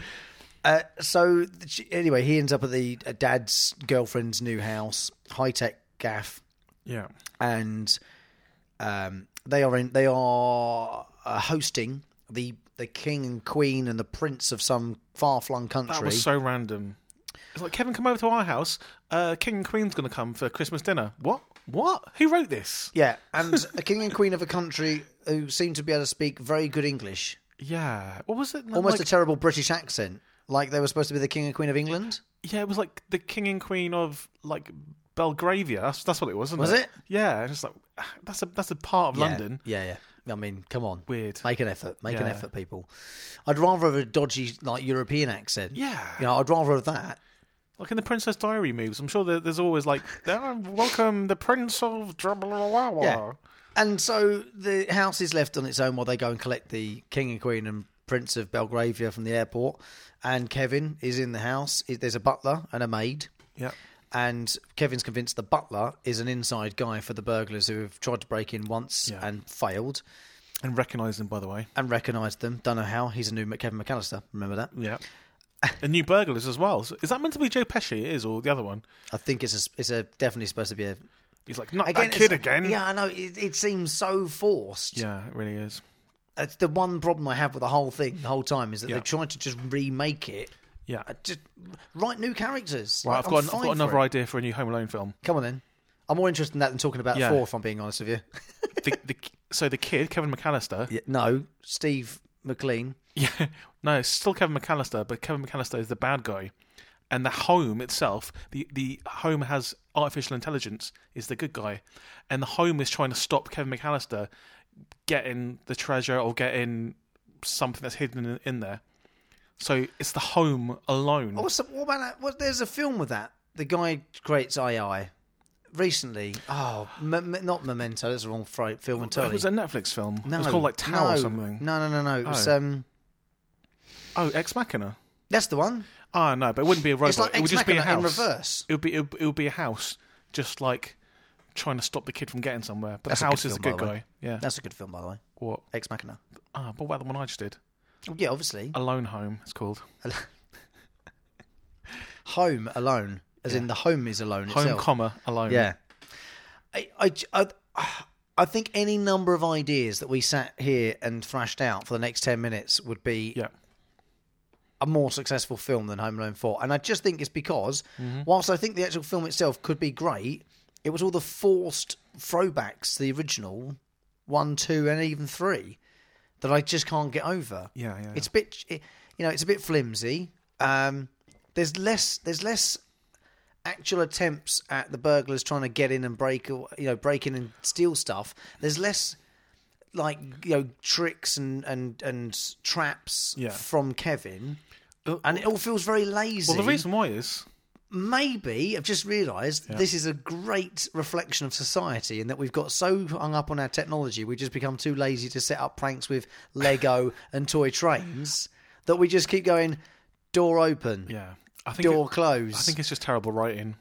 [SPEAKER 2] Uh, so th- she- anyway, he ends up at the uh, dad's girlfriend's new house, high tech gaff,
[SPEAKER 3] Yeah.
[SPEAKER 2] and um, they are in, they are uh, hosting the the king and queen and the prince of some far flung country.
[SPEAKER 3] That was so random. It's like Kevin, come over to our house. Uh, King and Queen's gonna come for Christmas dinner. What? What? Who wrote this?
[SPEAKER 2] yeah, and a king and queen of a country who seem to be able to speak very good English,
[SPEAKER 3] Yeah. What was it?
[SPEAKER 2] almost
[SPEAKER 3] Like-
[SPEAKER 2] a terrible British accent, like they were supposed to be the king and queen of England.
[SPEAKER 3] yeah, it was like the King and Queen of like Belgravia. That's, that's what it was. Wasn't
[SPEAKER 2] Was it?
[SPEAKER 3] Yeah. It's like that's a that's a part of London.
[SPEAKER 2] Yeah, yeah. yeah. I mean, come on.
[SPEAKER 3] Weird.
[SPEAKER 2] Make an effort. Make an
[SPEAKER 3] Yeah.
[SPEAKER 2] effort, people. I'd rather have a dodgy like European accent.
[SPEAKER 3] Yeah.
[SPEAKER 2] You know, I'd rather have that.
[SPEAKER 3] Like in the Princess Diary moves, I'm sure that there's always like, "Ah, welcome the Prince of Drabalawawa.
[SPEAKER 2] Yeah. And so the house is left on its own while they go and collect the King and Queen and Prince of Belgravia from the airport. And Kevin is in the house. I- There's a butler and a maid.
[SPEAKER 3] Yeah.
[SPEAKER 2] And Kevin's convinced the butler is an inside guy for the burglars who have tried to break in once
[SPEAKER 3] Yeah.
[SPEAKER 2] and failed
[SPEAKER 3] And recognise them, by the way.
[SPEAKER 2] and recognised them. Don't know how. He's a new Mc- Kevin McAllister. Remember that?
[SPEAKER 3] Yeah. and new burglars as well. So is that meant to be Joe Pesci? It is, or the other one?
[SPEAKER 2] I think it's a, it's a definitely supposed to be a
[SPEAKER 3] He's like, not that
[SPEAKER 2] it's-
[SPEAKER 3] kid again.
[SPEAKER 2] Yeah, I know. It, it seems so forced.
[SPEAKER 3] Yeah, it really is.
[SPEAKER 2] That's the one problem I have with the whole thing the whole time is that
[SPEAKER 3] Yeah.
[SPEAKER 2] they tried to just remake it.
[SPEAKER 3] Yeah.
[SPEAKER 2] I Just write new characters.
[SPEAKER 3] Right,
[SPEAKER 2] Like,
[SPEAKER 3] I've
[SPEAKER 2] I'm
[SPEAKER 3] got, an, I've
[SPEAKER 2] fine
[SPEAKER 3] got
[SPEAKER 2] for
[SPEAKER 3] another
[SPEAKER 2] it.
[SPEAKER 3] idea for a new Home Alone film.
[SPEAKER 2] Come on then. I'm more interested in that than talking about
[SPEAKER 3] Yeah.
[SPEAKER 2] four. If I'm being honest with you.
[SPEAKER 3] the, the, so the kid, Kevin McAllister.
[SPEAKER 2] Yeah, No, Steve McLean.
[SPEAKER 3] Yeah. No, it's still Kevin McAllister, but Kevin McAllister is the bad guy. And the home itself, the, the home has artificial intelligence, is the good guy. And the home is trying to stop Kevin McAllister getting the treasure or getting something that's hidden in, in there. So it's the home alone.
[SPEAKER 2] Also, what about that? What, there's a film with that. The guy creates AI recently. Oh, mem- not Memento. That's the wrong fri- film entirely.
[SPEAKER 3] it was a Netflix film.
[SPEAKER 2] no,
[SPEAKER 3] it was called like Tao
[SPEAKER 2] no, Mm.
[SPEAKER 3] or something.
[SPEAKER 2] No, no, no, no. It was,
[SPEAKER 3] Oh.
[SPEAKER 2] um,
[SPEAKER 3] Oh, Ex Machina.
[SPEAKER 2] that's the one.
[SPEAKER 3] Oh no, but it wouldn't be a robot.
[SPEAKER 2] It's like
[SPEAKER 3] it
[SPEAKER 2] Ex
[SPEAKER 3] would just be a
[SPEAKER 2] Machina in
[SPEAKER 3] house.
[SPEAKER 2] reverse.
[SPEAKER 3] It would be it would, it would be a house, just like trying to stop the kid from getting somewhere. But
[SPEAKER 2] That's a
[SPEAKER 3] the house
[SPEAKER 2] good
[SPEAKER 3] is the
[SPEAKER 2] film,
[SPEAKER 3] good
[SPEAKER 2] by the
[SPEAKER 3] guy.
[SPEAKER 2] way.
[SPEAKER 3] Yeah.
[SPEAKER 2] That's a good film, by the way.
[SPEAKER 3] what?
[SPEAKER 2] Ex Machina.
[SPEAKER 3] Ah, but what about the one I just did?
[SPEAKER 2] Yeah, obviously.
[SPEAKER 3] Alone Home. It's called
[SPEAKER 2] Home alone, as in the home is alone
[SPEAKER 3] Home,
[SPEAKER 2] itself.
[SPEAKER 3] comma Alone.
[SPEAKER 2] yeah. I, I, I, I think any number of ideas that we sat here and thrashed out for the next 10 minutes would be
[SPEAKER 3] Yeah.
[SPEAKER 2] a more successful film than Home Alone 4. And I just think it's because,
[SPEAKER 3] Mm-hmm.
[SPEAKER 2] whilst I think the actual film itself could be great, it was all the forced throwbacks to the original 1, 2, and even 3 that I just can't get over.
[SPEAKER 3] Yeah, yeah,
[SPEAKER 2] It's a bit, it, you know, it's a bit flimsy. Um, there's less, there's less actual attempts at the burglars trying to get in and break, you know, break in and steal stuff. There's less like you know tricks and and and traps
[SPEAKER 3] Yeah.
[SPEAKER 2] from Kevin,
[SPEAKER 3] Uh,
[SPEAKER 2] and it all feels very lazy.
[SPEAKER 3] Well, the reason why is
[SPEAKER 2] Maybe I've just realised this is a great reflection of society, and that we've got so hung up on our technology, we just become too lazy to set up pranks with Lego and toy trains that we just keep going door open,
[SPEAKER 3] yeah. I think
[SPEAKER 2] door
[SPEAKER 3] it-
[SPEAKER 2] closed,
[SPEAKER 3] I think it's just terrible writing.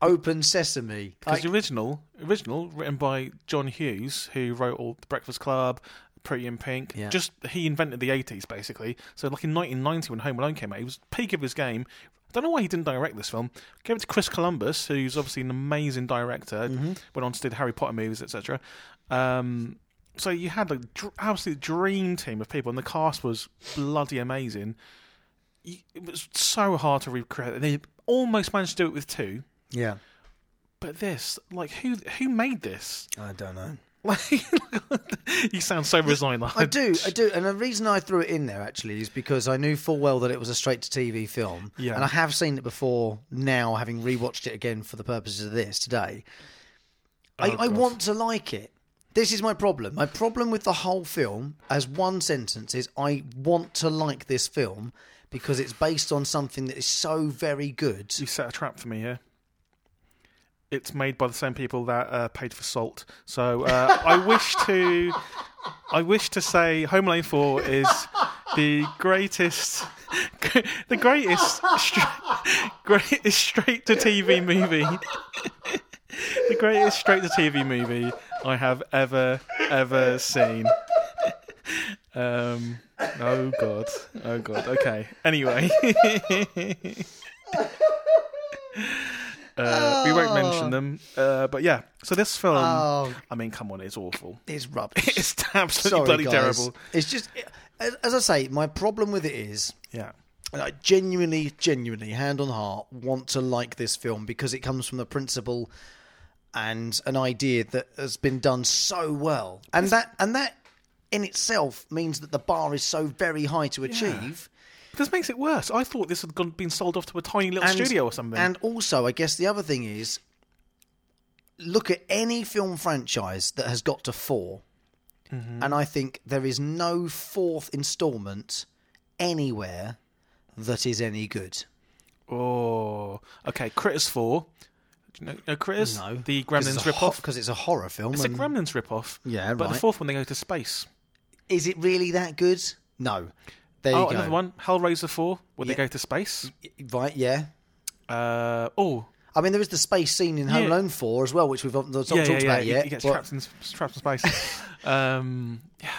[SPEAKER 2] open sesame.
[SPEAKER 3] Because
[SPEAKER 2] Like-
[SPEAKER 3] the original, original written by John Hughes, who wrote all the Breakfast Club, Pretty in Pink.
[SPEAKER 2] Yeah.
[SPEAKER 3] Just he invented the eighties basically. So like in 1990 when Home Alone came out, he was peak of his game. I don't know why he didn't direct this film. Gave it to Chris Columbus, who's obviously an amazing director.
[SPEAKER 2] Mm-hmm.
[SPEAKER 3] Went on to did Harry Potter movies, etc. Um, so you had like dr- absolute dream team of people, and the cast was bloody amazing. You- It was so hard to recreate. and They almost managed to do it with two.
[SPEAKER 2] yeah,
[SPEAKER 3] But this, like, who who made this?
[SPEAKER 2] I don't know.
[SPEAKER 3] Like, you sound so resigned. Like,
[SPEAKER 2] I do, I do, and the reason I threw it in there actually is because I knew full well that it was a straight to TV film,
[SPEAKER 3] Yeah.
[SPEAKER 2] and I have seen it before now, having rewatched it again for the purposes of this today. I,
[SPEAKER 3] Oh,
[SPEAKER 2] I
[SPEAKER 3] God.
[SPEAKER 2] want to like it. This is my problem. My problem with the whole film, as one sentence, is I want to like this film because it's based on something that is so very good.
[SPEAKER 3] You set a trap for me here. It's made by the same people that uh, paid for Salt. So uh, I wish to, I wish to say Home Alone Four is the greatest, the greatest, stra- greatest straight to TV movie, the greatest straight to TV movie I have ever ever seen. Um, oh god, oh god. Okay. Anyway. Uh, We won't mention them. Uh, but yeah, so this film,
[SPEAKER 2] Oh.
[SPEAKER 3] I mean, come on, it's awful.
[SPEAKER 2] It's rubbish.
[SPEAKER 3] It's absolutely
[SPEAKER 2] Sorry,
[SPEAKER 3] bloody
[SPEAKER 2] guys.
[SPEAKER 3] terrible.
[SPEAKER 2] It's just, as- as I say, my problem with it is
[SPEAKER 3] Yeah.
[SPEAKER 2] And I genuinely, genuinely, hand on heart, want to like this film because it comes from the principle and an idea that has been done so well, and that and that in itself means that the bar is so very high to achieve.
[SPEAKER 3] This makes it worse. I thought this had gone, been sold off to a tiny little
[SPEAKER 2] And,
[SPEAKER 3] studio or something.
[SPEAKER 2] And also, I guess the other thing is, look at any film franchise that has got to four.
[SPEAKER 3] Mm-hmm.
[SPEAKER 2] And I think there is no fourth installment anywhere that is any good.
[SPEAKER 3] Oh, okay. Critters Four. Do you know, know Critters?
[SPEAKER 2] No.
[SPEAKER 3] The Gremlins ripoff.
[SPEAKER 2] Because it's a horror film.
[SPEAKER 3] It's a
[SPEAKER 2] and-
[SPEAKER 3] Gremlins ripoff.
[SPEAKER 2] Yeah,
[SPEAKER 3] But the
[SPEAKER 2] right.
[SPEAKER 3] fourth one, they go to space.
[SPEAKER 2] Is it really that good? No. There
[SPEAKER 3] oh,
[SPEAKER 2] you go.
[SPEAKER 3] another one, Hellraiser Four, where
[SPEAKER 2] Yeah.
[SPEAKER 3] they go to space.
[SPEAKER 2] Right, yeah.
[SPEAKER 3] Uh, oh,
[SPEAKER 2] I mean, there is the space scene in Home
[SPEAKER 3] Yeah.
[SPEAKER 2] Alone 4 as well, which we've not, that's not
[SPEAKER 3] yeah,
[SPEAKER 2] talked
[SPEAKER 3] yeah, yeah.
[SPEAKER 2] about
[SPEAKER 3] He,
[SPEAKER 2] yet.
[SPEAKER 3] he gets
[SPEAKER 2] but
[SPEAKER 3] trapped in s- trapped in space. um, yeah,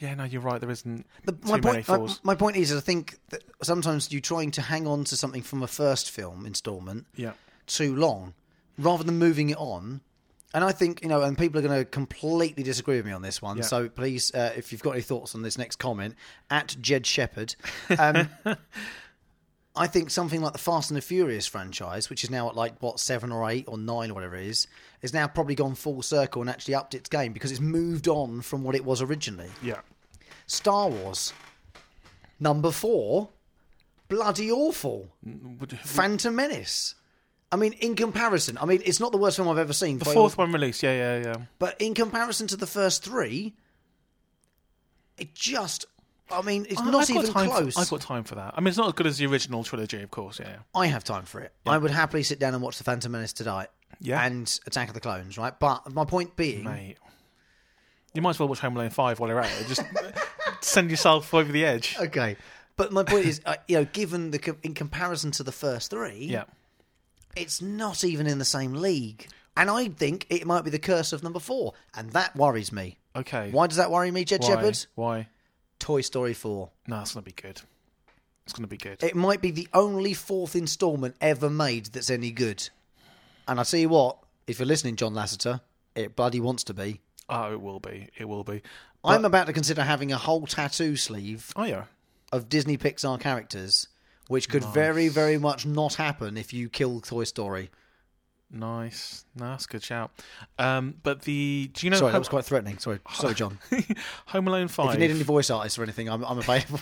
[SPEAKER 3] yeah, no, you're right. There isn't
[SPEAKER 2] the-
[SPEAKER 3] too
[SPEAKER 2] my,
[SPEAKER 3] many
[SPEAKER 2] point, my,
[SPEAKER 3] fours.
[SPEAKER 2] my point is, I think that sometimes you're trying to hang on to something from a first film installment
[SPEAKER 3] yeah,
[SPEAKER 2] too long rather than moving it on. And I think, you know, and people are going to completely disagree with me on this one.
[SPEAKER 3] Yeah.
[SPEAKER 2] So please, uh, if you've got any thoughts on this next comment, at Jed Shepherd. Um, I think something like the Fast and the Furious franchise, which is now at like, what, seven or eight or nine or whatever it is, is now probably gone full circle and actually upped its game because it's moved on from what it was originally.
[SPEAKER 3] yeah.
[SPEAKER 2] Star Wars, number four, bloody awful.
[SPEAKER 3] Would-
[SPEAKER 2] Phantom Menace. I mean, in comparison, I mean, it's not the worst film I've ever seen.
[SPEAKER 3] the fourth one released. Yeah, yeah, yeah.
[SPEAKER 2] but in comparison to the first three, it just. I mean, it's
[SPEAKER 3] I-
[SPEAKER 2] not
[SPEAKER 3] I've got
[SPEAKER 2] even
[SPEAKER 3] time
[SPEAKER 2] close.
[SPEAKER 3] For, I've got time for that. I mean, it's not as good as the original trilogy, of course. Yeah,
[SPEAKER 2] I have time for it. I would happily sit down and watch The Phantom Menace tonight.
[SPEAKER 3] Yeah.
[SPEAKER 2] And Attack of the Clones, right? But my point being,
[SPEAKER 3] mate. You might as well watch Home Alone Five while you're at it. Just send yourself over the edge.
[SPEAKER 2] okay. But my point is, uh, you know, given the co- in comparison to the first three,
[SPEAKER 3] Yeah.
[SPEAKER 2] it's not even in the same league. And I think it might be the curse of number four, and that worries me.
[SPEAKER 3] Okay.
[SPEAKER 2] Why does that worry me, Jed
[SPEAKER 3] Why?
[SPEAKER 2] Shepard?
[SPEAKER 3] Why?
[SPEAKER 2] Toy Story 4.
[SPEAKER 3] No, it's gonna be good. It's gonna be good.
[SPEAKER 2] It might be the only fourth installment ever made that's any good. And I tell you what, if you're listening, John Lasseter, it bloody wants to be.
[SPEAKER 3] oh, it will be. It will be.
[SPEAKER 2] I'm about to consider having a whole tattoo sleeve
[SPEAKER 3] Oh yeah.
[SPEAKER 2] of Disney Pixar characters, which could very, very much not happen if you kill Toy Story.
[SPEAKER 3] Nice. No, that's a good shout. Um, but the do you know
[SPEAKER 2] Sorry, that
[SPEAKER 3] Home,
[SPEAKER 2] was quite threatening. Sorry, sorry, John. If
[SPEAKER 3] Home Alone Five?
[SPEAKER 2] you need any voice artists or anything, I'm, I'm available.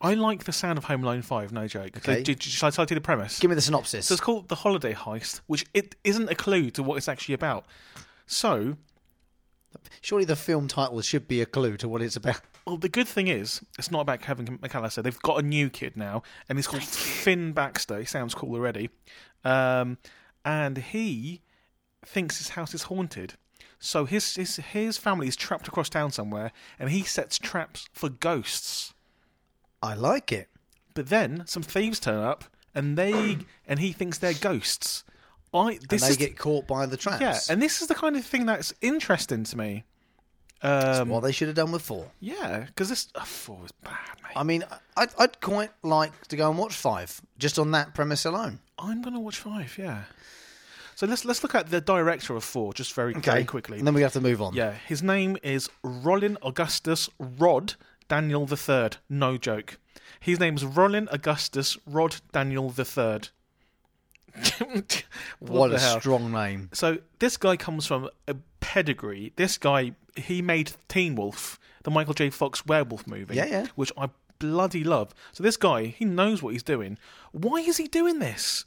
[SPEAKER 3] I like the sound of Home Alone Five. No joke. So,
[SPEAKER 2] Okay.
[SPEAKER 3] do- do- shall I tell you the premise?
[SPEAKER 2] Give me the synopsis.
[SPEAKER 3] So it's called the holiday heist, which it isn't a clue to what it's actually about. So,
[SPEAKER 2] Surely the film title should be a clue to what it's about.
[SPEAKER 3] well, the good thing is it's not about Kevin McAllister. They've got a new kid now, and he's called Finn Baxter. He sounds cool already, um, and he thinks his house is haunted. So his his his family is trapped across town somewhere, and he sets traps for ghosts.
[SPEAKER 2] I like it.
[SPEAKER 3] But then some thieves turn up, and they and he thinks they're ghosts. I
[SPEAKER 2] and
[SPEAKER 3] this
[SPEAKER 2] they
[SPEAKER 3] is
[SPEAKER 2] get caught by the traps.
[SPEAKER 3] yeah, and this is the kind of thing that's interesting to me. Um,
[SPEAKER 2] what they should have done with four.
[SPEAKER 3] yeah, because this oh, four was bad, mate.
[SPEAKER 2] I mean, I'd, I'd quite like to go and watch five just on that premise alone.
[SPEAKER 3] I'm gonna watch five. Yeah. So let's let's look at the director of four just very very quickly.
[SPEAKER 2] and then we have to move on.
[SPEAKER 3] Yeah, his name is Rollin Augustus Rod Daniel the Third. No joke. His name's Rollin Augustus Rod Daniel the Third. what
[SPEAKER 2] what
[SPEAKER 3] the
[SPEAKER 2] a
[SPEAKER 3] hell?
[SPEAKER 2] strong name.
[SPEAKER 3] So this guy comes from a pedigree. This guy he made Teen Wolf, the Michael J. Fox werewolf movie.
[SPEAKER 2] Yeah, yeah.
[SPEAKER 3] Which I bloody love. So this guy, he knows what he's doing. Why is he doing this?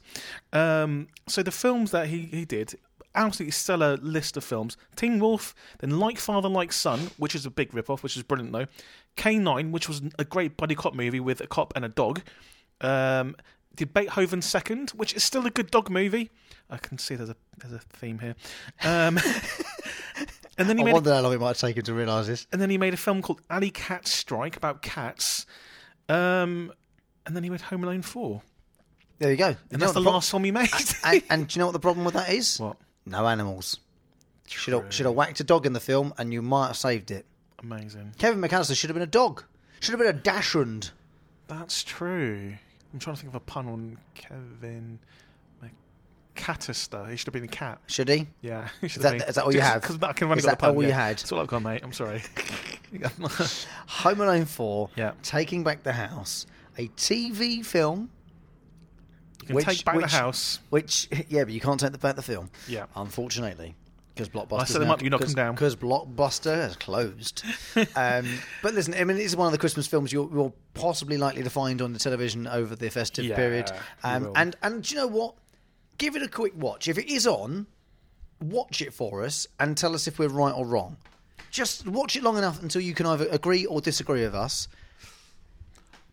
[SPEAKER 3] Um, so the films that he, he did, absolutely stellar list of films. Teen Wolf, then Like Father Like Son, which is a big rip-off, which is brilliant though. K9, which was a great buddy cop movie with a cop and a dog. Um, did Beethoven Second, which is still a good dog movie. I can see there's a there's a theme here. Um, and then he
[SPEAKER 2] I
[SPEAKER 3] made a,
[SPEAKER 2] wonder how long it might take him to realise this.
[SPEAKER 3] and then he made a film called Alley Cat Strike about cats. Um, and then he made Home Alone Four,
[SPEAKER 2] There you go.
[SPEAKER 3] and that's the last film he made.
[SPEAKER 2] And, and do you know what the problem with that is?
[SPEAKER 3] what?
[SPEAKER 2] No animals. Should have should have whacked a dog in the film, and you might have saved it.
[SPEAKER 3] Amazing.
[SPEAKER 2] Kevin McAllister should have been a dog. Should have been a dachshund.
[SPEAKER 3] That's true. I'm trying to think of a pun on Kevin McAllister. He should have been a cat.
[SPEAKER 2] Should he?
[SPEAKER 3] Yeah.
[SPEAKER 2] that- is that all you have?
[SPEAKER 3] Because I can only
[SPEAKER 2] Is
[SPEAKER 3] got the
[SPEAKER 2] that
[SPEAKER 3] pun,
[SPEAKER 2] all you
[SPEAKER 3] yeah.
[SPEAKER 2] had?
[SPEAKER 3] That's all I've got, mate. I'm sorry.
[SPEAKER 2] Home Alone Four.
[SPEAKER 3] Yeah.
[SPEAKER 2] Taking Back the House, a TV film.
[SPEAKER 3] You can
[SPEAKER 2] Which-
[SPEAKER 3] take back
[SPEAKER 2] which-
[SPEAKER 3] the house.
[SPEAKER 2] Which yeah, but you can't take the back the film.
[SPEAKER 3] Yeah.
[SPEAKER 2] unfortunately, because Blockbuster.
[SPEAKER 3] I said they might be knocking down.
[SPEAKER 2] because Blockbuster has closed. um, but listen, I mean, this is one of the Christmas films you're, you're possibly likely to find on the television over the festive
[SPEAKER 3] Yeah,
[SPEAKER 2] period.
[SPEAKER 3] you
[SPEAKER 2] Um,
[SPEAKER 3] will.
[SPEAKER 2] and and do you know what? Give it a quick watch. If it is on, watch it for us and tell us if we're right or wrong. Just watch it long enough until you can either agree or disagree with us.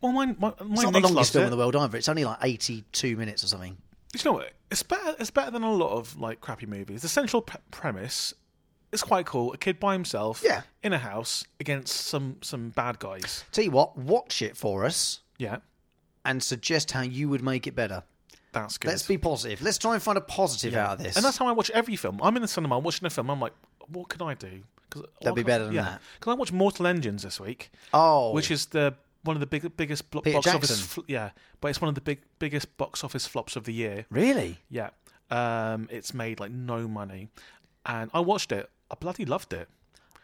[SPEAKER 3] Well, mine, my, my
[SPEAKER 2] It's not the
[SPEAKER 3] niece
[SPEAKER 2] longest
[SPEAKER 3] loves
[SPEAKER 2] film
[SPEAKER 3] it.
[SPEAKER 2] in the world either. It's only like 82 minutes or something.
[SPEAKER 3] Do you know what? It's better. It's better than a lot of like crappy movies. The central p- premise is quite cool. A kid by himself,
[SPEAKER 2] Yeah.
[SPEAKER 3] in a house against some some bad guys.
[SPEAKER 2] Tell you what, watch it for us
[SPEAKER 3] Yeah,
[SPEAKER 2] and suggest how you would make it better.
[SPEAKER 3] that's good.
[SPEAKER 2] Let's be positive. Let's try and find a positive out of this.
[SPEAKER 3] And that's how I watch every film. I'm in the cinema I'm watching a film. I'm like, what could I do? Cause,
[SPEAKER 2] That'd be better than that.
[SPEAKER 3] Because I watched Mortal Engines this week,
[SPEAKER 2] oh,
[SPEAKER 3] which is the one of the big, biggest blo-
[SPEAKER 2] Peter
[SPEAKER 3] box office.
[SPEAKER 2] Jackson.
[SPEAKER 3] Fl- yeah, but it's one of the big biggest box office flops of the year.
[SPEAKER 2] really
[SPEAKER 3] Yeah, um, it's made like no money, and I watched it. I bloody loved it.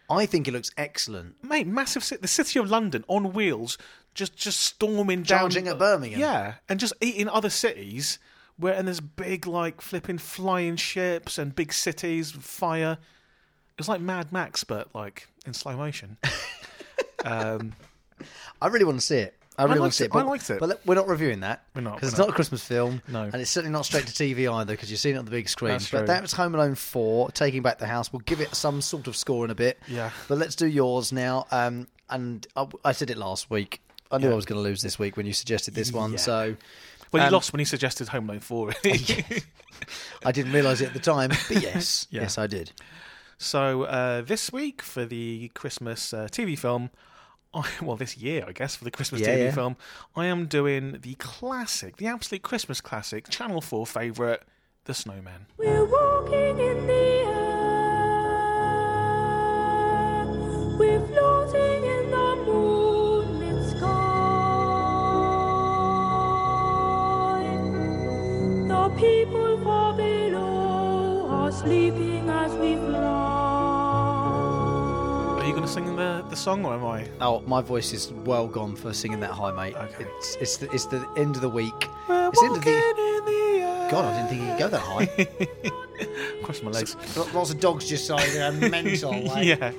[SPEAKER 2] I think it looks excellent.
[SPEAKER 3] mate, massive city, the city of London on wheels, just just storming
[SPEAKER 2] Gouging
[SPEAKER 3] down
[SPEAKER 2] at Birmingham.
[SPEAKER 3] yeah, and just eating other cities. Where and there's big like flipping flying ships and big cities, with fire. It's like Mad Max, but like in slow motion. um,
[SPEAKER 2] I really want to see it. I really want
[SPEAKER 3] liked
[SPEAKER 2] to see
[SPEAKER 3] it.
[SPEAKER 2] it. But,
[SPEAKER 3] I liked it.
[SPEAKER 2] But let- we're not reviewing that.
[SPEAKER 3] We're not,
[SPEAKER 2] Because it's
[SPEAKER 3] we're
[SPEAKER 2] not a Christmas film.
[SPEAKER 3] No.
[SPEAKER 2] And it's certainly not straight to TV either because you've seen it on the big screen.
[SPEAKER 3] That's
[SPEAKER 2] but
[SPEAKER 3] true.
[SPEAKER 2] that was Home Alone 4, Taking Back the House. We'll give it some sort of score in a bit.
[SPEAKER 3] Yeah.
[SPEAKER 2] But let's do yours now. Um, and I, I said it last week. I knew I was going to lose this week when you suggested this one.
[SPEAKER 3] Yeah.
[SPEAKER 2] So
[SPEAKER 3] well,
[SPEAKER 2] Um,
[SPEAKER 3] he lost when he suggested Home Alone Four.
[SPEAKER 2] I didn't realise it at the time. But yes.
[SPEAKER 3] Yeah.
[SPEAKER 2] Yes, I did.
[SPEAKER 3] So uh, this week for the Christmas uh, TV film, I, well this year I guess for the Christmas
[SPEAKER 2] Yeah,
[SPEAKER 3] TV
[SPEAKER 2] yeah.
[SPEAKER 3] film, I am doing the classic, the absolute Christmas classic, Channel Four favorite, The Snowman.
[SPEAKER 4] We're walking in the air. We're floating in the moonlit sky. The people far below are sleeping as we fly.
[SPEAKER 3] Are you going to sing the the song or am I?
[SPEAKER 2] Oh, my voice is well gone for singing that high, mate.
[SPEAKER 3] Okay.
[SPEAKER 2] It's, it's, the, it's the end of the week. it's the end of the. God, I didn't think he'd go that high.
[SPEAKER 3] Cross my legs.
[SPEAKER 2] Lo- Lots of dogs just like they're mental. Like,
[SPEAKER 3] Yeah,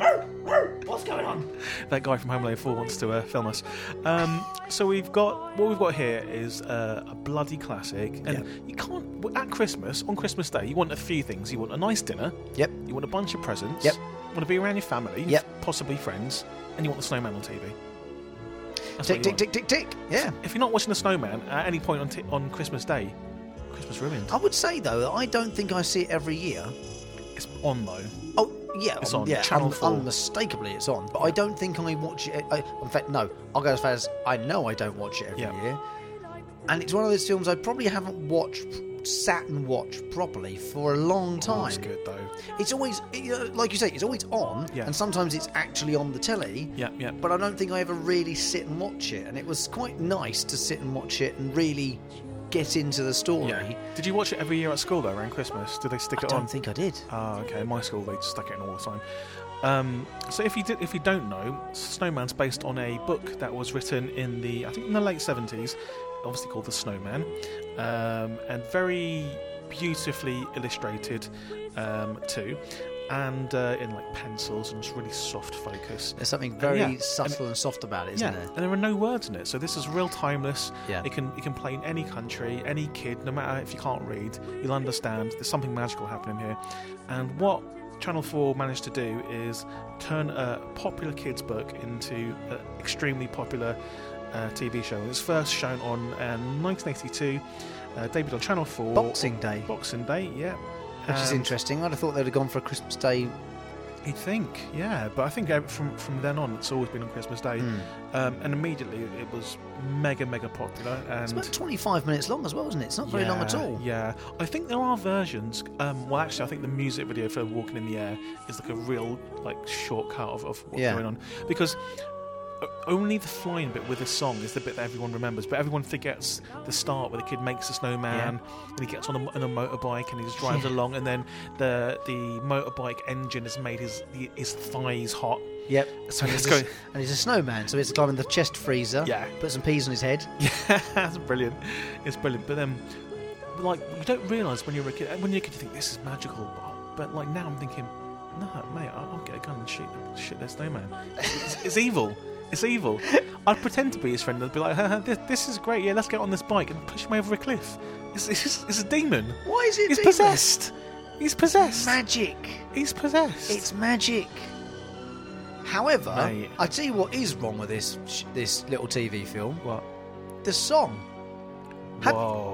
[SPEAKER 2] What's going on?
[SPEAKER 3] that guy from Home Alone 4 wants to uh, film us. Um, so we've got what we've got here is uh, a bloody classic, and you can't at Christmas on Christmas Day. You want a few things. You want a nice dinner.
[SPEAKER 2] Yep.
[SPEAKER 3] You want a bunch of presents.
[SPEAKER 2] Yep.
[SPEAKER 3] You want to be around your family.
[SPEAKER 2] Yep.
[SPEAKER 3] Possibly friends. And you want the snowman on TV.
[SPEAKER 2] Tick,
[SPEAKER 3] That's what you
[SPEAKER 2] tick,
[SPEAKER 3] want.
[SPEAKER 2] tick, tick, tick. Yeah.
[SPEAKER 3] If you're not watching the snowman at any point on t- on Christmas Day, Christmas ruined.
[SPEAKER 2] I would say, though, that I don't think I see it every year.
[SPEAKER 3] It's on though.
[SPEAKER 2] Oh, yeah.
[SPEAKER 3] It's on
[SPEAKER 2] yeah,
[SPEAKER 3] Channel
[SPEAKER 2] un-
[SPEAKER 3] 4.
[SPEAKER 2] Unmistakably, it's on. But I don't think I watch it. I, in fact, no. I'll go as far as I know I don't watch it every
[SPEAKER 3] Yeah.
[SPEAKER 2] year. And it's one of those films I probably haven't watched, sat and watched properly for a long
[SPEAKER 3] Oh,
[SPEAKER 2] time.
[SPEAKER 3] it's good though.
[SPEAKER 2] It's always, you know, like you say, it's always on,
[SPEAKER 3] Yeah.
[SPEAKER 2] and sometimes it's actually on the telly.
[SPEAKER 3] Yeah, yeah.
[SPEAKER 2] But I don't think I ever really sit and watch it, and it was quite nice to sit and watch it and really get into the story.
[SPEAKER 3] Yeah. Did you watch it every year at school though around Christmas? Did they stick
[SPEAKER 2] I
[SPEAKER 3] it on?
[SPEAKER 2] don't think I did.
[SPEAKER 3] Ah, okay. My school they stuck it in all the time. Um, so if you did, if you don't know, Snowman's based on a book that was written in the I think in the late seventies, obviously called The Snowman, um, and very beautifully illustrated um, too, and uh, in like pencils and just really soft focus.
[SPEAKER 2] There's something very
[SPEAKER 3] yeah.
[SPEAKER 2] subtle and soft about it,
[SPEAKER 3] Yeah,
[SPEAKER 2] isn't
[SPEAKER 3] and there are no words in it, so this is real timeless.
[SPEAKER 2] Yeah.
[SPEAKER 3] it can it can play in any country, any kid, no matter if you can't read, you'll understand. There's something magical happening here, and what Channel Four managed to do is turn a popular kids book into an extremely popular uh, TV show. It was first shown on uh, 1982, uh, debuted on Channel Four.
[SPEAKER 2] there? Boxing Day,
[SPEAKER 3] Boxing Day, yeah.
[SPEAKER 2] which is
[SPEAKER 3] And-
[SPEAKER 2] interesting. I'd have thought they'd have gone for a Christmas Day.
[SPEAKER 3] You'd think, yeah, but I think uh, from from then on, it's always been on Christmas Day, um, and immediately it was mega mega popular. And
[SPEAKER 2] It's about 25 minutes long as well, isn't it? It's not very long at
[SPEAKER 3] yeah,
[SPEAKER 2] all.
[SPEAKER 3] Yeah, I think there are versions. Um, well, actually, I think the music video for "Walking in the Air" is like a real like shortcut of, of what's
[SPEAKER 2] Yeah.
[SPEAKER 3] going on because o- only the flying bit with the song is the bit that everyone remembers, but everyone forgets the start where the kid makes a snowman and he gets on a, mo- on a motorbike and he just drives
[SPEAKER 2] Yeah.
[SPEAKER 3] along, and then the the motorbike engine has made his his thighs hot.
[SPEAKER 2] Yep.
[SPEAKER 3] So
[SPEAKER 2] and,
[SPEAKER 3] it's
[SPEAKER 2] he's a,
[SPEAKER 3] going.
[SPEAKER 2] and he's a snowman, so he has to climb in the chest freezer.
[SPEAKER 3] Yeah.
[SPEAKER 2] Put some peas on his head.
[SPEAKER 3] That's brilliant. It's brilliant. But then, like, you don't realise when you're a kid. uh, When you're a kid, you think this is magical. But like now, I'm thinking, no, mate, I- I'll get a gun and shoot the shoot their snowman. It's, it's evil. It's evil. I'd pretend to be his friend. I'd be like, "Ha, ha, this, this is great. Yeah, let's get on this bike and push him over a cliff. It's, it's, it's a demon.
[SPEAKER 2] Why is it?
[SPEAKER 3] He's
[SPEAKER 2] demon?
[SPEAKER 3] possessed. He's possessed.
[SPEAKER 2] Magic.
[SPEAKER 3] He's possessed.
[SPEAKER 2] It's magic. However,
[SPEAKER 3] Mate.
[SPEAKER 2] I tell you what is wrong with this sh- this little TV film:
[SPEAKER 3] What?
[SPEAKER 2] the song. Have-
[SPEAKER 3] Whoa.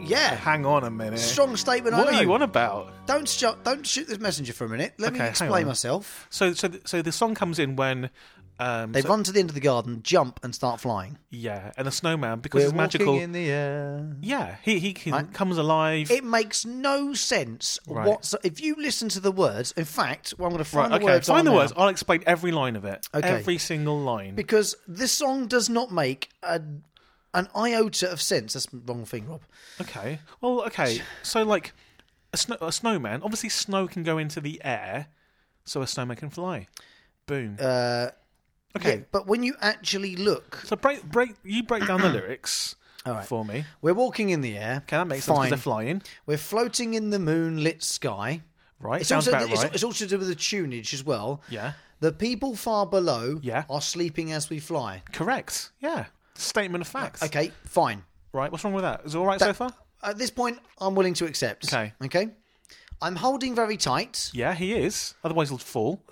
[SPEAKER 2] Yeah,
[SPEAKER 5] Hang on a minute.
[SPEAKER 2] strong statement.
[SPEAKER 3] What
[SPEAKER 2] I know.
[SPEAKER 3] are you on about?
[SPEAKER 2] Don't sh- don't shoot this messenger for a minute. Let
[SPEAKER 3] Okay,
[SPEAKER 2] me
[SPEAKER 3] hang
[SPEAKER 2] explain
[SPEAKER 3] on.
[SPEAKER 2] myself.
[SPEAKER 3] So, so, th- so the song comes in when, um,
[SPEAKER 2] They
[SPEAKER 3] so-
[SPEAKER 2] run to the end of the garden, jump, and start flying.
[SPEAKER 3] yeah, and the snowman because it's magical.
[SPEAKER 2] the air.
[SPEAKER 3] Yeah, he he can,
[SPEAKER 2] Right.
[SPEAKER 3] comes alive.
[SPEAKER 2] It makes no sense.
[SPEAKER 3] Right.
[SPEAKER 2] What's if you listen to the words? In fact, well, I'm going to
[SPEAKER 3] right,
[SPEAKER 2] find
[SPEAKER 3] okay,
[SPEAKER 2] the words.
[SPEAKER 3] find the
[SPEAKER 2] on now.
[SPEAKER 3] words. I'll explain every line of it.
[SPEAKER 2] Okay.
[SPEAKER 3] Every single line.
[SPEAKER 2] because this song does not make a, an iota of sense. That's the wrong thing, Rob.
[SPEAKER 3] okay. Well, okay. So, like, a, snow, a snowman. Obviously, snow can go into the air, so a snowman can fly. Boom.
[SPEAKER 2] Uh,
[SPEAKER 3] okay.
[SPEAKER 2] yeah, but when you actually look,
[SPEAKER 3] So break break you break down the lyrics
[SPEAKER 2] All right.
[SPEAKER 3] for me.
[SPEAKER 2] we're walking in the air.
[SPEAKER 3] Okay, that makes sense because
[SPEAKER 2] Fine.
[SPEAKER 3] they're flying,
[SPEAKER 2] We're floating in the moonlit sky.
[SPEAKER 3] right?
[SPEAKER 2] It's
[SPEAKER 3] Sounds
[SPEAKER 2] also,
[SPEAKER 3] about
[SPEAKER 2] it's,
[SPEAKER 3] right.
[SPEAKER 2] it's also to do with the tunage as well.
[SPEAKER 3] Yeah.
[SPEAKER 2] The people far below
[SPEAKER 3] Yeah.
[SPEAKER 2] are sleeping as we fly.
[SPEAKER 3] Correct. Yeah. Statement of facts.
[SPEAKER 2] Okay, fine.
[SPEAKER 3] Right. What's wrong with that? Is it all right so
[SPEAKER 2] That-
[SPEAKER 3] far?
[SPEAKER 2] At this point, I'm willing to accept.
[SPEAKER 3] Okay.
[SPEAKER 2] Okay. I'm holding very tight.
[SPEAKER 3] Yeah, he is. Otherwise, he'll fall.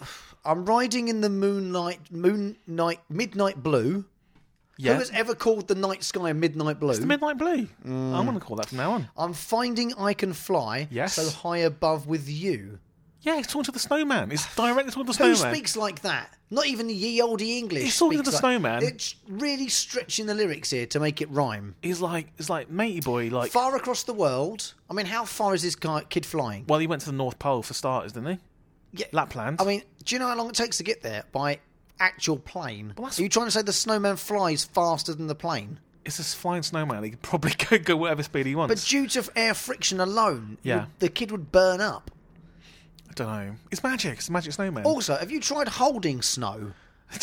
[SPEAKER 2] I'm riding in the moonlight, moon night, midnight blue.
[SPEAKER 3] Yeah.
[SPEAKER 2] Who has ever called the night sky midnight blue?
[SPEAKER 3] The midnight blue.
[SPEAKER 2] Mm.
[SPEAKER 3] I'm going to call that from now on.
[SPEAKER 2] I'm finding I can fly
[SPEAKER 3] Yes.
[SPEAKER 2] so high above with you.
[SPEAKER 3] Yeah, he's talking to the snowman. It's directly talking to the
[SPEAKER 2] Who
[SPEAKER 3] snowman.
[SPEAKER 2] speaks like that? Not even the ye olde English.
[SPEAKER 3] He's talking to
[SPEAKER 2] speaks
[SPEAKER 3] the
[SPEAKER 2] like-
[SPEAKER 3] snowman.
[SPEAKER 2] It's really stretching the lyrics here to make it rhyme.
[SPEAKER 3] He's like, he's like, matey boy. Like,
[SPEAKER 2] Far across the world. I mean, how far is this guy, kid flying?
[SPEAKER 3] well, he went to the North Pole for starters, didn't he?
[SPEAKER 2] Yeah.
[SPEAKER 3] Lapland.
[SPEAKER 2] I mean, do you know how long it takes to get there by actual plane?
[SPEAKER 3] that's-
[SPEAKER 2] Are you trying to say the snowman flies faster than the plane?
[SPEAKER 3] it's this flying snowman. He can probably go, go whatever speed he wants.
[SPEAKER 2] But due to air friction alone,
[SPEAKER 3] Yeah.
[SPEAKER 2] you- the kid would burn up.
[SPEAKER 3] I don't know. It's magic. It's a magic snowman.
[SPEAKER 2] Also, have you tried holding snow?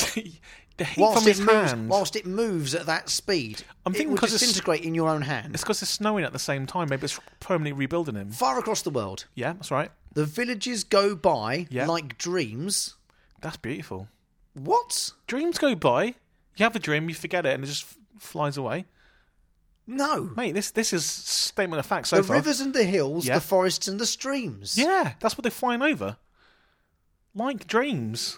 [SPEAKER 3] the heat
[SPEAKER 2] whilst
[SPEAKER 3] from his
[SPEAKER 2] it moves,
[SPEAKER 3] hand.
[SPEAKER 2] whilst it moves at that speed,
[SPEAKER 3] I'm thinking
[SPEAKER 2] it
[SPEAKER 3] 'cause
[SPEAKER 2] will
[SPEAKER 3] it's-
[SPEAKER 2] disintegrate in your own hand.
[SPEAKER 3] It's because it's snowing at the same time. Maybe it's permanently rebuilding him.
[SPEAKER 2] Far across the world,
[SPEAKER 3] Yeah, that's right.
[SPEAKER 2] the villages go by
[SPEAKER 3] Yeah.
[SPEAKER 2] like dreams.
[SPEAKER 3] That's beautiful.
[SPEAKER 2] What?
[SPEAKER 3] Dreams go by. You have a dream, you forget it, and it just f- flies away.
[SPEAKER 2] No.
[SPEAKER 3] Mate, this this is statement of fact so
[SPEAKER 2] The
[SPEAKER 3] far.
[SPEAKER 2] rivers and the hills,
[SPEAKER 3] Yeah.
[SPEAKER 2] the forests and the streams.
[SPEAKER 3] Yeah, that's what they're flying over. Like dreams.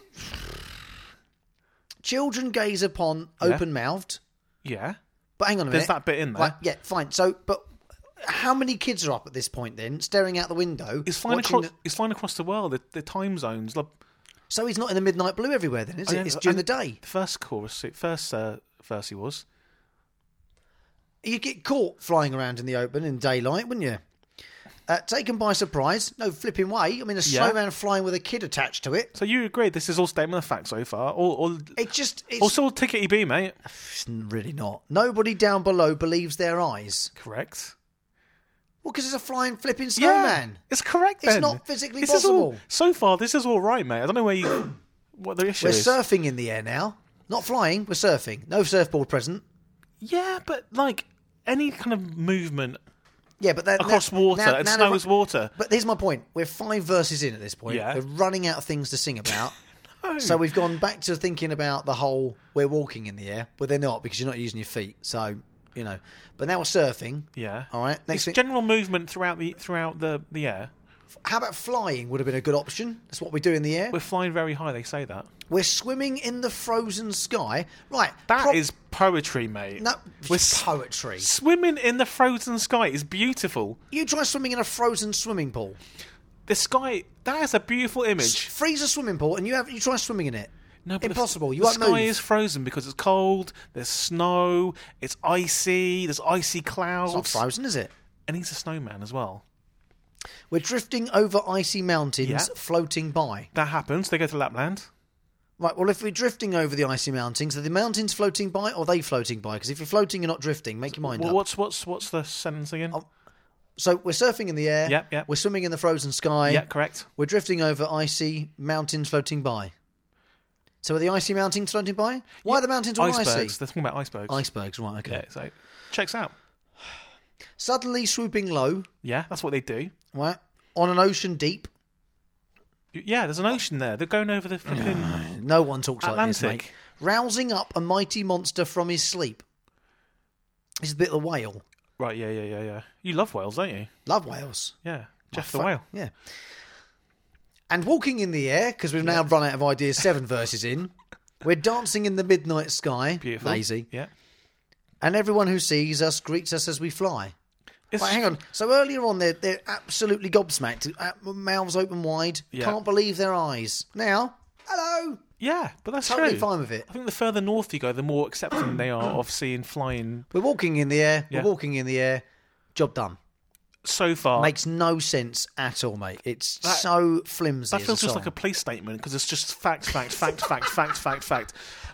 [SPEAKER 2] Children gaze upon
[SPEAKER 3] Yeah.
[SPEAKER 2] open mouthed.
[SPEAKER 3] Yeah.
[SPEAKER 2] But hang on a
[SPEAKER 3] There's
[SPEAKER 2] minute.
[SPEAKER 3] that bit in there.
[SPEAKER 2] Right, yeah, fine. So, but how many kids are up at this point then, staring out the window?
[SPEAKER 3] It's flying,
[SPEAKER 2] watching
[SPEAKER 3] across,
[SPEAKER 2] the-
[SPEAKER 3] it's flying across the world, the, the time zones. Like,
[SPEAKER 2] So he's not in the midnight blue everywhere then, is
[SPEAKER 3] I know,
[SPEAKER 2] it? It's during
[SPEAKER 3] and
[SPEAKER 2] the day.
[SPEAKER 3] The first chorus, the first uh, verse he was.
[SPEAKER 2] You'd get caught flying around in the open in daylight, wouldn't you? Uh, taken by surprise, no flipping way. I mean, a
[SPEAKER 3] Yeah.
[SPEAKER 2] snowman flying with a kid attached to it.
[SPEAKER 3] So you agree this is all statement of fact so far? All, all,
[SPEAKER 2] It just, it's
[SPEAKER 3] also, all tickety B, mate.
[SPEAKER 2] it's really not. Nobody down below believes their eyes.
[SPEAKER 3] Correct.
[SPEAKER 2] Well, because it's a flying flipping snowman.
[SPEAKER 3] It's correct.
[SPEAKER 2] It's
[SPEAKER 3] then.
[SPEAKER 2] not physically
[SPEAKER 3] This is all-
[SPEAKER 2] possible.
[SPEAKER 3] so far, this is all right, mate. I don't know where you, what the issue
[SPEAKER 2] We're
[SPEAKER 3] is.
[SPEAKER 2] surfing in the air now. Not flying, we're surfing. No surfboard present.
[SPEAKER 3] yeah, but like any kind of movement
[SPEAKER 2] Yeah, but that,
[SPEAKER 3] across
[SPEAKER 2] now-
[SPEAKER 3] water
[SPEAKER 2] now-
[SPEAKER 3] and
[SPEAKER 2] now
[SPEAKER 3] snow
[SPEAKER 2] they're-
[SPEAKER 3] is water.
[SPEAKER 2] But here's my point: we're five verses in at this point.
[SPEAKER 3] Yeah.
[SPEAKER 2] We're running out of things to sing about.
[SPEAKER 3] No.
[SPEAKER 2] So we've gone back to thinking about the whole we're walking in the air, but they're not because you're not using your feet. So you know. But now we're surfing.
[SPEAKER 3] yeah.
[SPEAKER 2] All right. Next
[SPEAKER 3] It's
[SPEAKER 2] thing,
[SPEAKER 3] general movement throughout the throughout the the air.
[SPEAKER 2] how about flying? Would have been a good option. That's what we do in the air.
[SPEAKER 3] We're
[SPEAKER 2] We're,
[SPEAKER 3] flying very high. They say that.
[SPEAKER 2] swimming in the frozen sky. Right.
[SPEAKER 3] That
[SPEAKER 2] prob-
[SPEAKER 3] is poetry, mate.
[SPEAKER 2] no.
[SPEAKER 3] We're
[SPEAKER 2] it's
[SPEAKER 3] s-
[SPEAKER 2] poetry.
[SPEAKER 3] swimming in the frozen sky is beautiful.
[SPEAKER 2] You try swimming in a frozen swimming pool.
[SPEAKER 3] The sky. That is a beautiful image.
[SPEAKER 2] Freeze a swimming pool, and you have you try swimming in it.
[SPEAKER 3] No, but the-
[SPEAKER 2] Impossible, you
[SPEAKER 3] the
[SPEAKER 2] won't
[SPEAKER 3] sky
[SPEAKER 2] move.
[SPEAKER 3] is frozen because it's cold. There's snow. It's icy. There's icy clouds.
[SPEAKER 2] It's not frozen, is it?
[SPEAKER 3] and he's a snowman as well.
[SPEAKER 2] We're drifting over icy mountains,
[SPEAKER 3] Yeah.
[SPEAKER 2] floating by.
[SPEAKER 3] That happens. They go to Lapland.
[SPEAKER 2] Right, well, if we're drifting over the icy mountains, are the mountains floating by or are they floating by? Because if you're floating, you're not drifting. Make your mind
[SPEAKER 3] Well,
[SPEAKER 2] up.
[SPEAKER 3] what's what's what's the sentence again?
[SPEAKER 2] Oh, So we're surfing in the air.
[SPEAKER 3] Yep, yep.
[SPEAKER 2] We're swimming in the frozen sky.
[SPEAKER 3] yeah, correct.
[SPEAKER 2] We're drifting over icy mountains floating by. So are the icy mountains floating by? Why are the mountains all
[SPEAKER 3] icebergs.
[SPEAKER 2] icy?
[SPEAKER 3] They're talking about icebergs.
[SPEAKER 2] Icebergs, right, okay.
[SPEAKER 3] yeah, so checks out.
[SPEAKER 2] Suddenly swooping low,
[SPEAKER 3] Yeah, that's what they do.
[SPEAKER 2] right, on an ocean deep.
[SPEAKER 3] Y- Yeah, there's an ocean there. They're going over the flipping.
[SPEAKER 2] No one talks like this,
[SPEAKER 3] Atlantic.
[SPEAKER 2] mate. Rousing up a mighty monster from his sleep. This is a bit of the whale.
[SPEAKER 3] right. Yeah, yeah, yeah, yeah. You love whales, don't you?
[SPEAKER 2] Love whales.
[SPEAKER 3] Yeah, Jeff the
[SPEAKER 2] Fuck,
[SPEAKER 3] whale.
[SPEAKER 2] Yeah. And walking in the air, because we've now run out of ideas seven verses in, we're dancing in the midnight sky.
[SPEAKER 3] Beautiful.
[SPEAKER 2] Lazy.
[SPEAKER 3] Yeah.
[SPEAKER 2] And everyone who sees us greets us as we fly.
[SPEAKER 3] It's,
[SPEAKER 2] Right, hang on. So earlier on, they're, they're absolutely gobsmacked, uh, mouths open wide,
[SPEAKER 3] Yeah.
[SPEAKER 2] can't believe their eyes. Now, hello,
[SPEAKER 3] Yeah, but that's
[SPEAKER 2] totally
[SPEAKER 3] true.
[SPEAKER 2] fine with it.
[SPEAKER 3] I think the further north you go, the more accepting they are of seeing flying.
[SPEAKER 2] We're walking in the air.
[SPEAKER 3] Yeah.
[SPEAKER 2] We're walking in the air. Job done.
[SPEAKER 3] So far,
[SPEAKER 2] Makes no sense at all, mate. It's
[SPEAKER 3] That-
[SPEAKER 2] so flimsy.
[SPEAKER 3] that
[SPEAKER 2] as
[SPEAKER 3] feels
[SPEAKER 2] a
[SPEAKER 3] just
[SPEAKER 2] song.
[SPEAKER 3] like a police statement because it's just fact, fact, fact, fact, fact, fact, fact.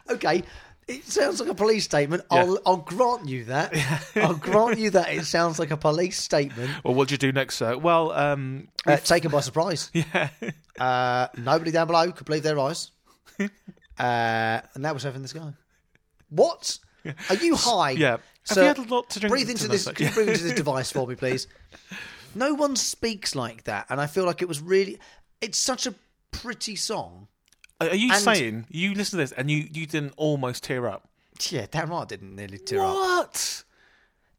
[SPEAKER 2] okay. It sounds like a police statement. I'll I'll grant you that. I'll grant you that. It sounds like a police statement
[SPEAKER 3] Well, what'd you do next, sir? Well, um,
[SPEAKER 2] uh, taken by surprise.
[SPEAKER 3] yeah,
[SPEAKER 2] Uh, nobody down below could believe their eyes. Uh, and that was over in the sky. What? Are you high?
[SPEAKER 3] yeah. Have
[SPEAKER 2] Sir,
[SPEAKER 3] you had a lot to drink?
[SPEAKER 2] breathe into
[SPEAKER 3] tonight,
[SPEAKER 2] this.
[SPEAKER 3] sir?
[SPEAKER 2] Can you breathe into this device for me, please? No one speaks like that, and I feel like it was really. It's such a pretty song.
[SPEAKER 3] Are are you
[SPEAKER 2] And-
[SPEAKER 3] saying you listen to this and you you didn't almost tear up?
[SPEAKER 2] Yeah, damn right, I didn't nearly tear up.
[SPEAKER 3] What?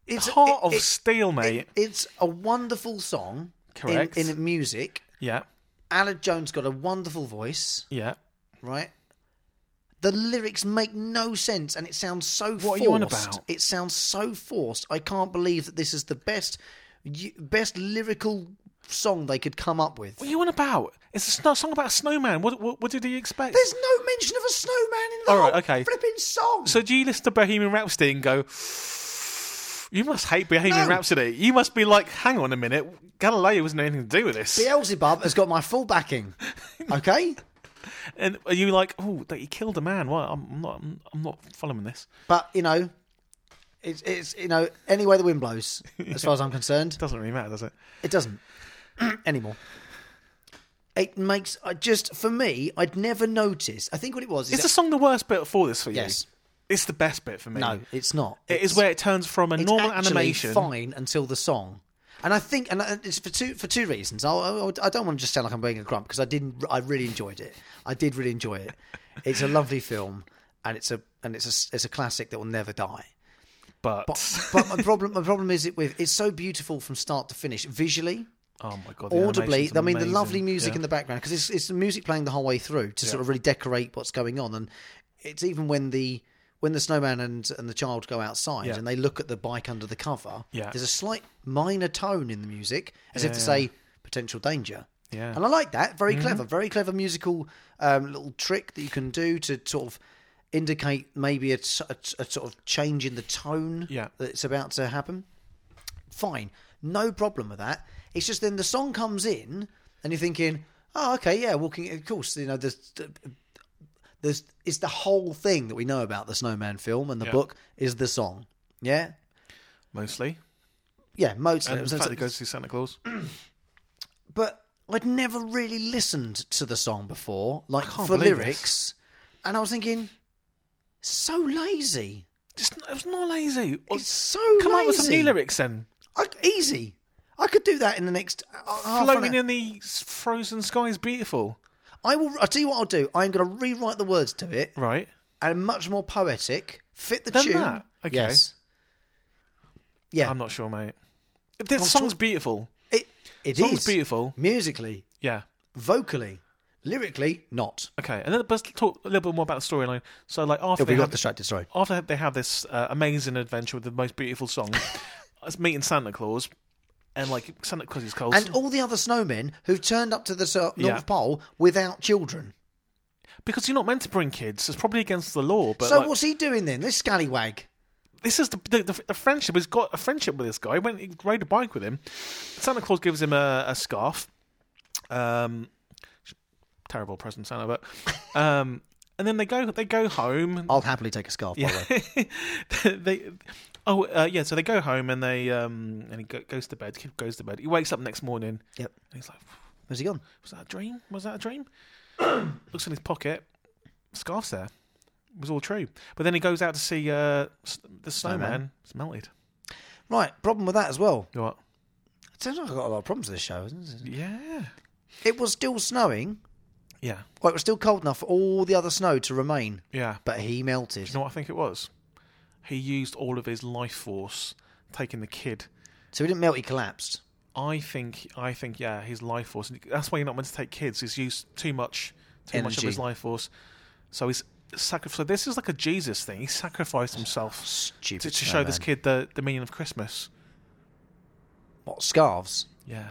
[SPEAKER 2] It's
[SPEAKER 3] Heart
[SPEAKER 2] it-
[SPEAKER 3] of
[SPEAKER 2] it-
[SPEAKER 3] steel, mate.
[SPEAKER 2] it- it's a wonderful song. in-
[SPEAKER 3] Correct.
[SPEAKER 2] In, music,
[SPEAKER 3] yeah,
[SPEAKER 2] Alan Jones got a wonderful voice,
[SPEAKER 3] yeah.
[SPEAKER 2] right? The lyrics make no sense, and it sounds so.
[SPEAKER 3] What
[SPEAKER 2] forced.
[SPEAKER 3] are you on about?
[SPEAKER 2] It sounds so forced. I can't believe that this is the best, y- best lyrical song they could come up with.
[SPEAKER 3] What are you on about? It's a sno- song about a snowman. What what, what did he expect?
[SPEAKER 2] There's no mention of a snowman in the
[SPEAKER 3] All right,
[SPEAKER 2] whole
[SPEAKER 3] okay.
[SPEAKER 2] flipping song.
[SPEAKER 3] So do you listen to Bohemian Rhapsody and go, you must hate Bohemian
[SPEAKER 2] No.
[SPEAKER 3] Rhapsody. You must be like, hang on a minute, Galileo wasn't anything to do with this.
[SPEAKER 2] Beelzebub has got my full backing. Okay?
[SPEAKER 3] And are you like, oh, that he killed a man? Well, I'm I'm not, I'm, I'm not following this.
[SPEAKER 2] but, you know, it's, it's, you know, any way the wind blows, as far as I'm concerned,
[SPEAKER 3] Doesn't really matter, does it?
[SPEAKER 2] it doesn't anymore. It makes, I just, for me, I'd never noticed. I think what it was is.
[SPEAKER 3] Is the song the worst bit for this for you?
[SPEAKER 2] Yes.
[SPEAKER 3] It's the best bit for me.
[SPEAKER 2] no, it's not.
[SPEAKER 3] It
[SPEAKER 2] it's,
[SPEAKER 3] is where it turns from a
[SPEAKER 2] it's
[SPEAKER 3] normal
[SPEAKER 2] actually
[SPEAKER 3] animation.
[SPEAKER 2] fine until the song. And I think, and I- it's for two for two reasons. I, I, I don't want to just sound like I'm being a grump because I didn't. I really enjoyed it. I did really enjoy it. It's a lovely film, and it's a and it's a it's a classic that will never die.
[SPEAKER 3] But,
[SPEAKER 2] But but my problem my problem is it with it's so beautiful from start to finish visually,
[SPEAKER 3] oh my god, the
[SPEAKER 2] audibly.
[SPEAKER 3] animation's
[SPEAKER 2] I mean, the
[SPEAKER 3] amazing.
[SPEAKER 2] lovely music
[SPEAKER 3] Yeah.
[SPEAKER 2] in the background because it's it's the music playing the whole way through to sort of really decorate what's going on. And it's even when the when the snowman and and the child go outside
[SPEAKER 3] Yeah.
[SPEAKER 2] and they look at the bike under the cover.
[SPEAKER 3] Yeah.
[SPEAKER 2] there's a slight minor tone in the music as if to
[SPEAKER 3] Yeah.
[SPEAKER 2] say potential danger.
[SPEAKER 3] Yeah. Mm-hmm.
[SPEAKER 2] And I like that. Very clever. Very clever musical um, little trick that you can do to sort of indicate maybe a, t- a t- a sort of change in the tone
[SPEAKER 3] Yeah.
[SPEAKER 2] that's about to happen. Fine. No problem with that. It's just then the song comes in and you're thinking, oh, okay, yeah, walking. Of course, you know, there's. There's, it's the whole thing that we know about the Snowman film and the
[SPEAKER 3] Yeah.
[SPEAKER 2] book is the song. Yeah?
[SPEAKER 3] mostly.
[SPEAKER 2] Yeah, mostly. It
[SPEAKER 3] And the
[SPEAKER 2] was-
[SPEAKER 3] fact that it goes to Santa Claus.
[SPEAKER 2] Mm. but I'd never really listened to the song before, like
[SPEAKER 3] can't
[SPEAKER 2] for
[SPEAKER 3] believe
[SPEAKER 2] lyrics, and I was thinking, so lazy.
[SPEAKER 3] Just it was not lazy.
[SPEAKER 2] It's so
[SPEAKER 3] Come
[SPEAKER 2] lazy.
[SPEAKER 3] up with some new lyrics then.
[SPEAKER 2] I, easy. I could do that in the next uh, half an
[SPEAKER 3] Floating
[SPEAKER 2] hour.
[SPEAKER 3] in the s- frozen sky is beautiful,
[SPEAKER 2] I will. I tell you what I'll do. I'm going to rewrite the words to it
[SPEAKER 3] right?
[SPEAKER 2] and much more poetic. Fit the
[SPEAKER 3] Done
[SPEAKER 2] tune.
[SPEAKER 3] that? Okay.
[SPEAKER 2] Yes. Yeah.
[SPEAKER 3] I'm not sure, mate. The
[SPEAKER 2] Well,
[SPEAKER 3] song's
[SPEAKER 2] sure.
[SPEAKER 3] beautiful.
[SPEAKER 2] it it
[SPEAKER 3] Song's
[SPEAKER 2] is.
[SPEAKER 3] beautiful.
[SPEAKER 2] musically,
[SPEAKER 3] Yeah.
[SPEAKER 2] vocally, lyrically, not.
[SPEAKER 3] Okay. And then let's talk a little bit more about the storyline. So, like after
[SPEAKER 2] Oh,
[SPEAKER 3] they
[SPEAKER 2] we got
[SPEAKER 3] have,
[SPEAKER 2] distracted. Sorry.
[SPEAKER 3] after they have this uh, amazing adventure with the most beautiful song, it's meeting Santa Claus, and like Santa Claus is cold.
[SPEAKER 2] And all the other snowmen who've turned up to the Sur- North
[SPEAKER 3] Yeah.
[SPEAKER 2] Pole without children.
[SPEAKER 3] because you're not meant to bring kids, it's probably against the law. But
[SPEAKER 2] so
[SPEAKER 3] like,
[SPEAKER 2] what's he doing then? This scallywag.
[SPEAKER 3] this is the, the, the, the friendship. He's got a friendship with this guy. He went he rode a bike with him. Santa Claus gives him a, a scarf. Um, terrible present, Santa, but um, and then they go they go home.
[SPEAKER 2] I'll happily take a scarf. By the way.
[SPEAKER 3] they oh uh, yeah, so they go home and they um and he go, goes to bed. Kid goes to bed. He wakes up next morning.
[SPEAKER 2] Yep.
[SPEAKER 3] And he's like,
[SPEAKER 2] Where's he gone?
[SPEAKER 3] was that a dream? Was that a dream? Looks in his pocket. Scarf's there. It was all true. But then he goes out to see uh, s- the snowman.
[SPEAKER 2] Snowman.
[SPEAKER 3] It's melted.
[SPEAKER 2] Right. Problem with that as well.
[SPEAKER 3] You know what?
[SPEAKER 2] It sounds like I've got a lot of problems with this show, isn't it?
[SPEAKER 3] Yeah.
[SPEAKER 2] It was still snowing.
[SPEAKER 3] Yeah.
[SPEAKER 2] Well, it was still cold enough for all the other snow to remain,
[SPEAKER 3] Yeah.
[SPEAKER 2] but he melted.
[SPEAKER 3] You know what I think it was? He used all of his life force taking the kid.
[SPEAKER 2] So he didn't melt, he collapsed.
[SPEAKER 3] I think, I think, yeah, his life force. That's why you're not meant to take kids. He's used too much, too much of
[SPEAKER 2] Energy.
[SPEAKER 3] his life force. So he's sacrificed. So this is like a Jesus thing. He sacrificed himself to,
[SPEAKER 2] Stupid.
[SPEAKER 3] to show this
[SPEAKER 2] snowman.
[SPEAKER 3] kid the the meaning of Christmas.
[SPEAKER 2] What scarves
[SPEAKER 3] Yeah,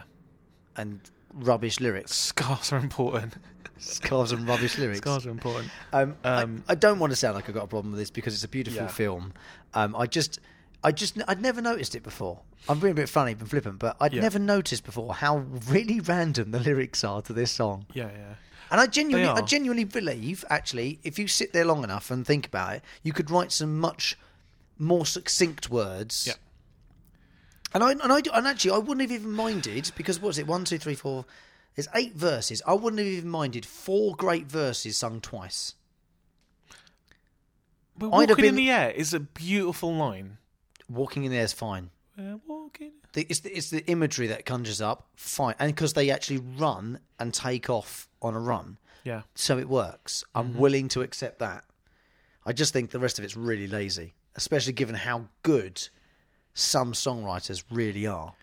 [SPEAKER 2] and rubbish lyrics?
[SPEAKER 3] scars are important.
[SPEAKER 2] Scarves and rubbish lyrics.
[SPEAKER 3] Scars are important.
[SPEAKER 2] Um, I-
[SPEAKER 3] Um,
[SPEAKER 2] I, don't want to sound like I've got a problem with this because it's a beautiful
[SPEAKER 3] Yeah.
[SPEAKER 2] film. Um, I just, I just, I'd never noticed it before. I'm being a bit funny and flippant, but I'd
[SPEAKER 3] Yeah.
[SPEAKER 2] never noticed before how really random the lyrics are to this song.
[SPEAKER 3] Yeah, yeah.
[SPEAKER 2] And I genuinely, I
[SPEAKER 3] are.
[SPEAKER 2] genuinely believe, actually, if you sit there long enough and think about it, you could write some much more succinct words.
[SPEAKER 3] Yeah.
[SPEAKER 2] And I and I do- and actually, I wouldn't have even minded because what is it? One, two, three, four. There's eight verses. I wouldn't have even minded four great verses sung twice.
[SPEAKER 3] But
[SPEAKER 2] I'd have
[SPEAKER 3] walking in
[SPEAKER 2] been-
[SPEAKER 3] the air is a beautiful line.
[SPEAKER 2] Walking in the air is fine.
[SPEAKER 3] Yeah, walking.
[SPEAKER 2] The, it's, the, it's the imagery that conjures up fine, and because they actually run and take off on a run,
[SPEAKER 3] Yeah.
[SPEAKER 2] so it works. I'm
[SPEAKER 3] Mm-hmm.
[SPEAKER 2] willing to accept that. I just think the rest of it's really lazy, especially given how good some songwriters really are.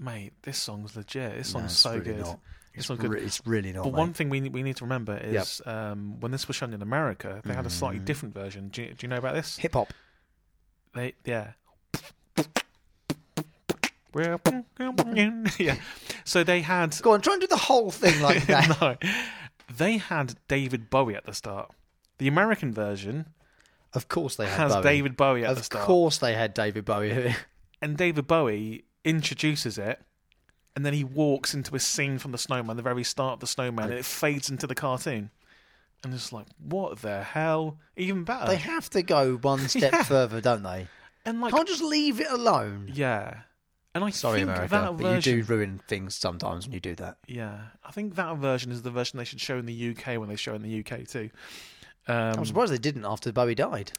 [SPEAKER 3] mate, this song's legit. This
[SPEAKER 2] No,
[SPEAKER 3] song's
[SPEAKER 2] it's
[SPEAKER 3] so
[SPEAKER 2] really
[SPEAKER 3] good.
[SPEAKER 2] not.
[SPEAKER 3] This
[SPEAKER 2] It's,
[SPEAKER 3] song's good.
[SPEAKER 2] re- it's really not.
[SPEAKER 3] but
[SPEAKER 2] mate.
[SPEAKER 3] one thing we we need to remember is um, when this was shown in America, they had a
[SPEAKER 2] Mm.
[SPEAKER 3] slightly different version. Do you, do you know about this?
[SPEAKER 2] hip hop.
[SPEAKER 3] They yeah. yeah. So they had
[SPEAKER 2] Go on, try and do the whole thing like that.
[SPEAKER 3] no, they had David Bowie at the start. The American version
[SPEAKER 2] Of course they had
[SPEAKER 3] has
[SPEAKER 2] Bowie.
[SPEAKER 3] David Bowie at the
[SPEAKER 2] Of
[SPEAKER 3] start.
[SPEAKER 2] course they had David Bowie.
[SPEAKER 3] and David Bowie introduces it, and then he walks into a scene from the Snowman, the very start of the Snowman, and it fades into the cartoon. And it's like, what the hell? Even better.
[SPEAKER 2] they have to go one step
[SPEAKER 3] Uh, Yeah.
[SPEAKER 2] further, don't they?
[SPEAKER 3] and like,
[SPEAKER 2] Can't just leave it alone.
[SPEAKER 3] yeah. And I
[SPEAKER 2] Sorry,
[SPEAKER 3] think
[SPEAKER 2] America,
[SPEAKER 3] that
[SPEAKER 2] but you
[SPEAKER 3] version,
[SPEAKER 2] do ruin things sometimes when you do that.
[SPEAKER 3] yeah, I think that version is the version they should show in the UK when they show in the UK too. Um,
[SPEAKER 2] I'm surprised they didn't after Bowie died.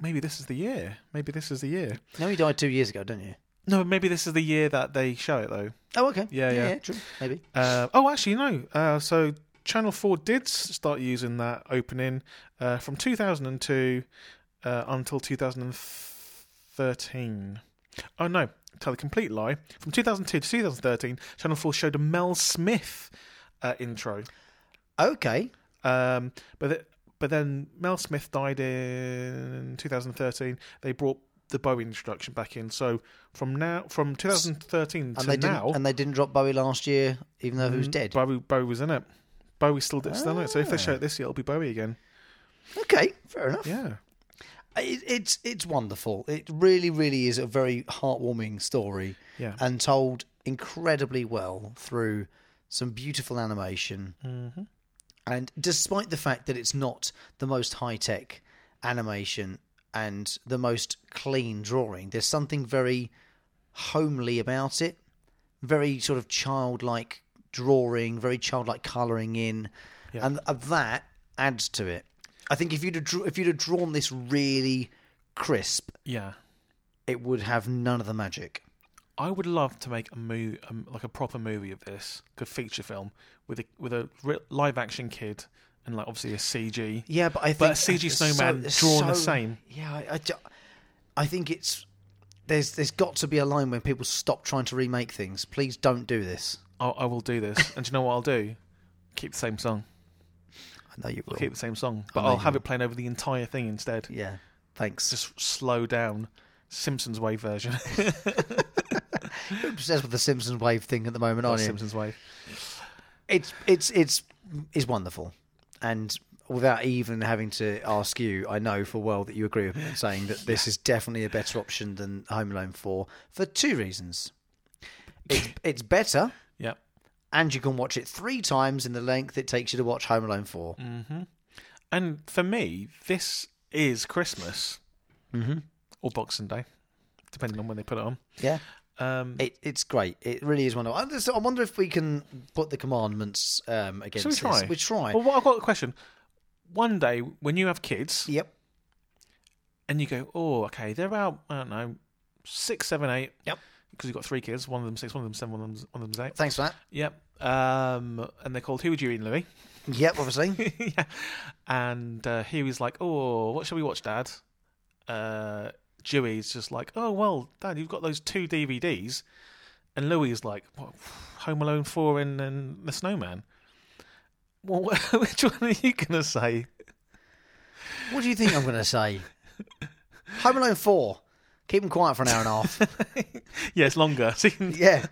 [SPEAKER 3] maybe this is the year. Maybe this is the year.
[SPEAKER 2] No, he died two years ago, didn't you?
[SPEAKER 3] No, maybe this is the year that they show it though.
[SPEAKER 2] Oh, okay.
[SPEAKER 3] Yeah, yeah.
[SPEAKER 2] true. Maybe.
[SPEAKER 3] Uh, oh, actually, no. Uh, so Channel 4 did s- start using that opening uh, from 2002 uh, until 2013. Oh, no. Tell a complete lie. From 2002 to 2013, Channel 4 showed a Mel Smith uh, intro.
[SPEAKER 2] Okay.
[SPEAKER 3] Um, but, th- but then Mel Smith died in 2013. They brought the Bowie introduction back in. So from now, from 2013
[SPEAKER 2] And
[SPEAKER 3] to
[SPEAKER 2] they
[SPEAKER 3] now, Mm-hmm.
[SPEAKER 2] didn't. And they didn't drop Bowie last year, even though he was dead.
[SPEAKER 3] Bowie, Bowie was in it. Bowie still did still in it. So if they show it this year, it'll be Bowie again.
[SPEAKER 2] Okay, fair enough.
[SPEAKER 3] Yeah,
[SPEAKER 2] It, it's it's wonderful. It really, really is a very heartwarming story,
[SPEAKER 3] yeah,
[SPEAKER 2] and told incredibly well through some beautiful animation.
[SPEAKER 3] Mm-hmm.
[SPEAKER 2] And despite the fact that it's not the most high tech animation and the most clean drawing, there's something very homely about it. Very sort of childlike drawing, very childlike colouring in, and uh, that adds to it. I think if you'd have, dr- if you'd have drawn this really crisp,
[SPEAKER 3] yeah.
[SPEAKER 2] it would have none of the magic.
[SPEAKER 3] I would love to make a movie, um, like a proper movie of this, good feature film with a with a re- live action kid and like obviously a CG.
[SPEAKER 2] Yeah, but I think
[SPEAKER 3] But a CG
[SPEAKER 2] it's
[SPEAKER 3] snowman
[SPEAKER 2] it's
[SPEAKER 3] drawn the same.
[SPEAKER 2] Yeah, I, I ju- I think it's there's there's got to be a line when people stop trying to remake things. Please don't do this.
[SPEAKER 3] I, I will do this, and do you know what I'll do? Keep the same song.
[SPEAKER 2] I know you will.
[SPEAKER 3] Keep the same song, but I'll have it playing over the entire thing instead.
[SPEAKER 2] Yeah, thanks.
[SPEAKER 3] Just slow down, Simpsons Wave version.
[SPEAKER 2] obsessed with the Simpsons wave thing at the moment, aren't you?
[SPEAKER 3] Simpsons Wave.
[SPEAKER 2] It's it's it's it's wonderful, and without even having to ask you, I know for well that you agree with me in saying that this is definitely a better option than Home Alone Four for two reasons. It's it's better.
[SPEAKER 3] Yep.
[SPEAKER 2] and you can watch it three times in the length it takes you to watch Home Alone 4.
[SPEAKER 3] Mm. And for me, this is Christmas
[SPEAKER 2] Mm-hmm.
[SPEAKER 3] or Boxing Day, depending on when they put it on.
[SPEAKER 2] Yeah.
[SPEAKER 3] Um,
[SPEAKER 2] It, it's great. It really is one of. I just- I wonder if we can put the commandments um, against
[SPEAKER 3] shall we try?
[SPEAKER 2] this. We try.
[SPEAKER 3] Well, what- I've got a question. One day when you have kids
[SPEAKER 2] Yep.
[SPEAKER 3] and you go, oh, okay, they're about I don't know six, seven, eight.
[SPEAKER 2] Yep.
[SPEAKER 3] Because you've got three kids, one of them six, one of them seven, one of them one of them's eight.
[SPEAKER 2] Thanks for that.
[SPEAKER 3] Yep. Um, and they're called Who Would You Eat, Louis?
[SPEAKER 2] Yep, obviously.
[SPEAKER 3] yeah. And uh, Huey's like, oh, what shall we watch, Dad? Uh, Dewey's just like, oh, well, Dad, you've got those two DVDs. And Louis like, what, Home Alone 4 and, and The Snowman. Well, which one are you going to say?
[SPEAKER 2] What do you think I'm going to say? Home Alone 4. Keep them quiet for an hour and a half.
[SPEAKER 3] Yeah, it's longer. So you, can-
[SPEAKER 2] yeah.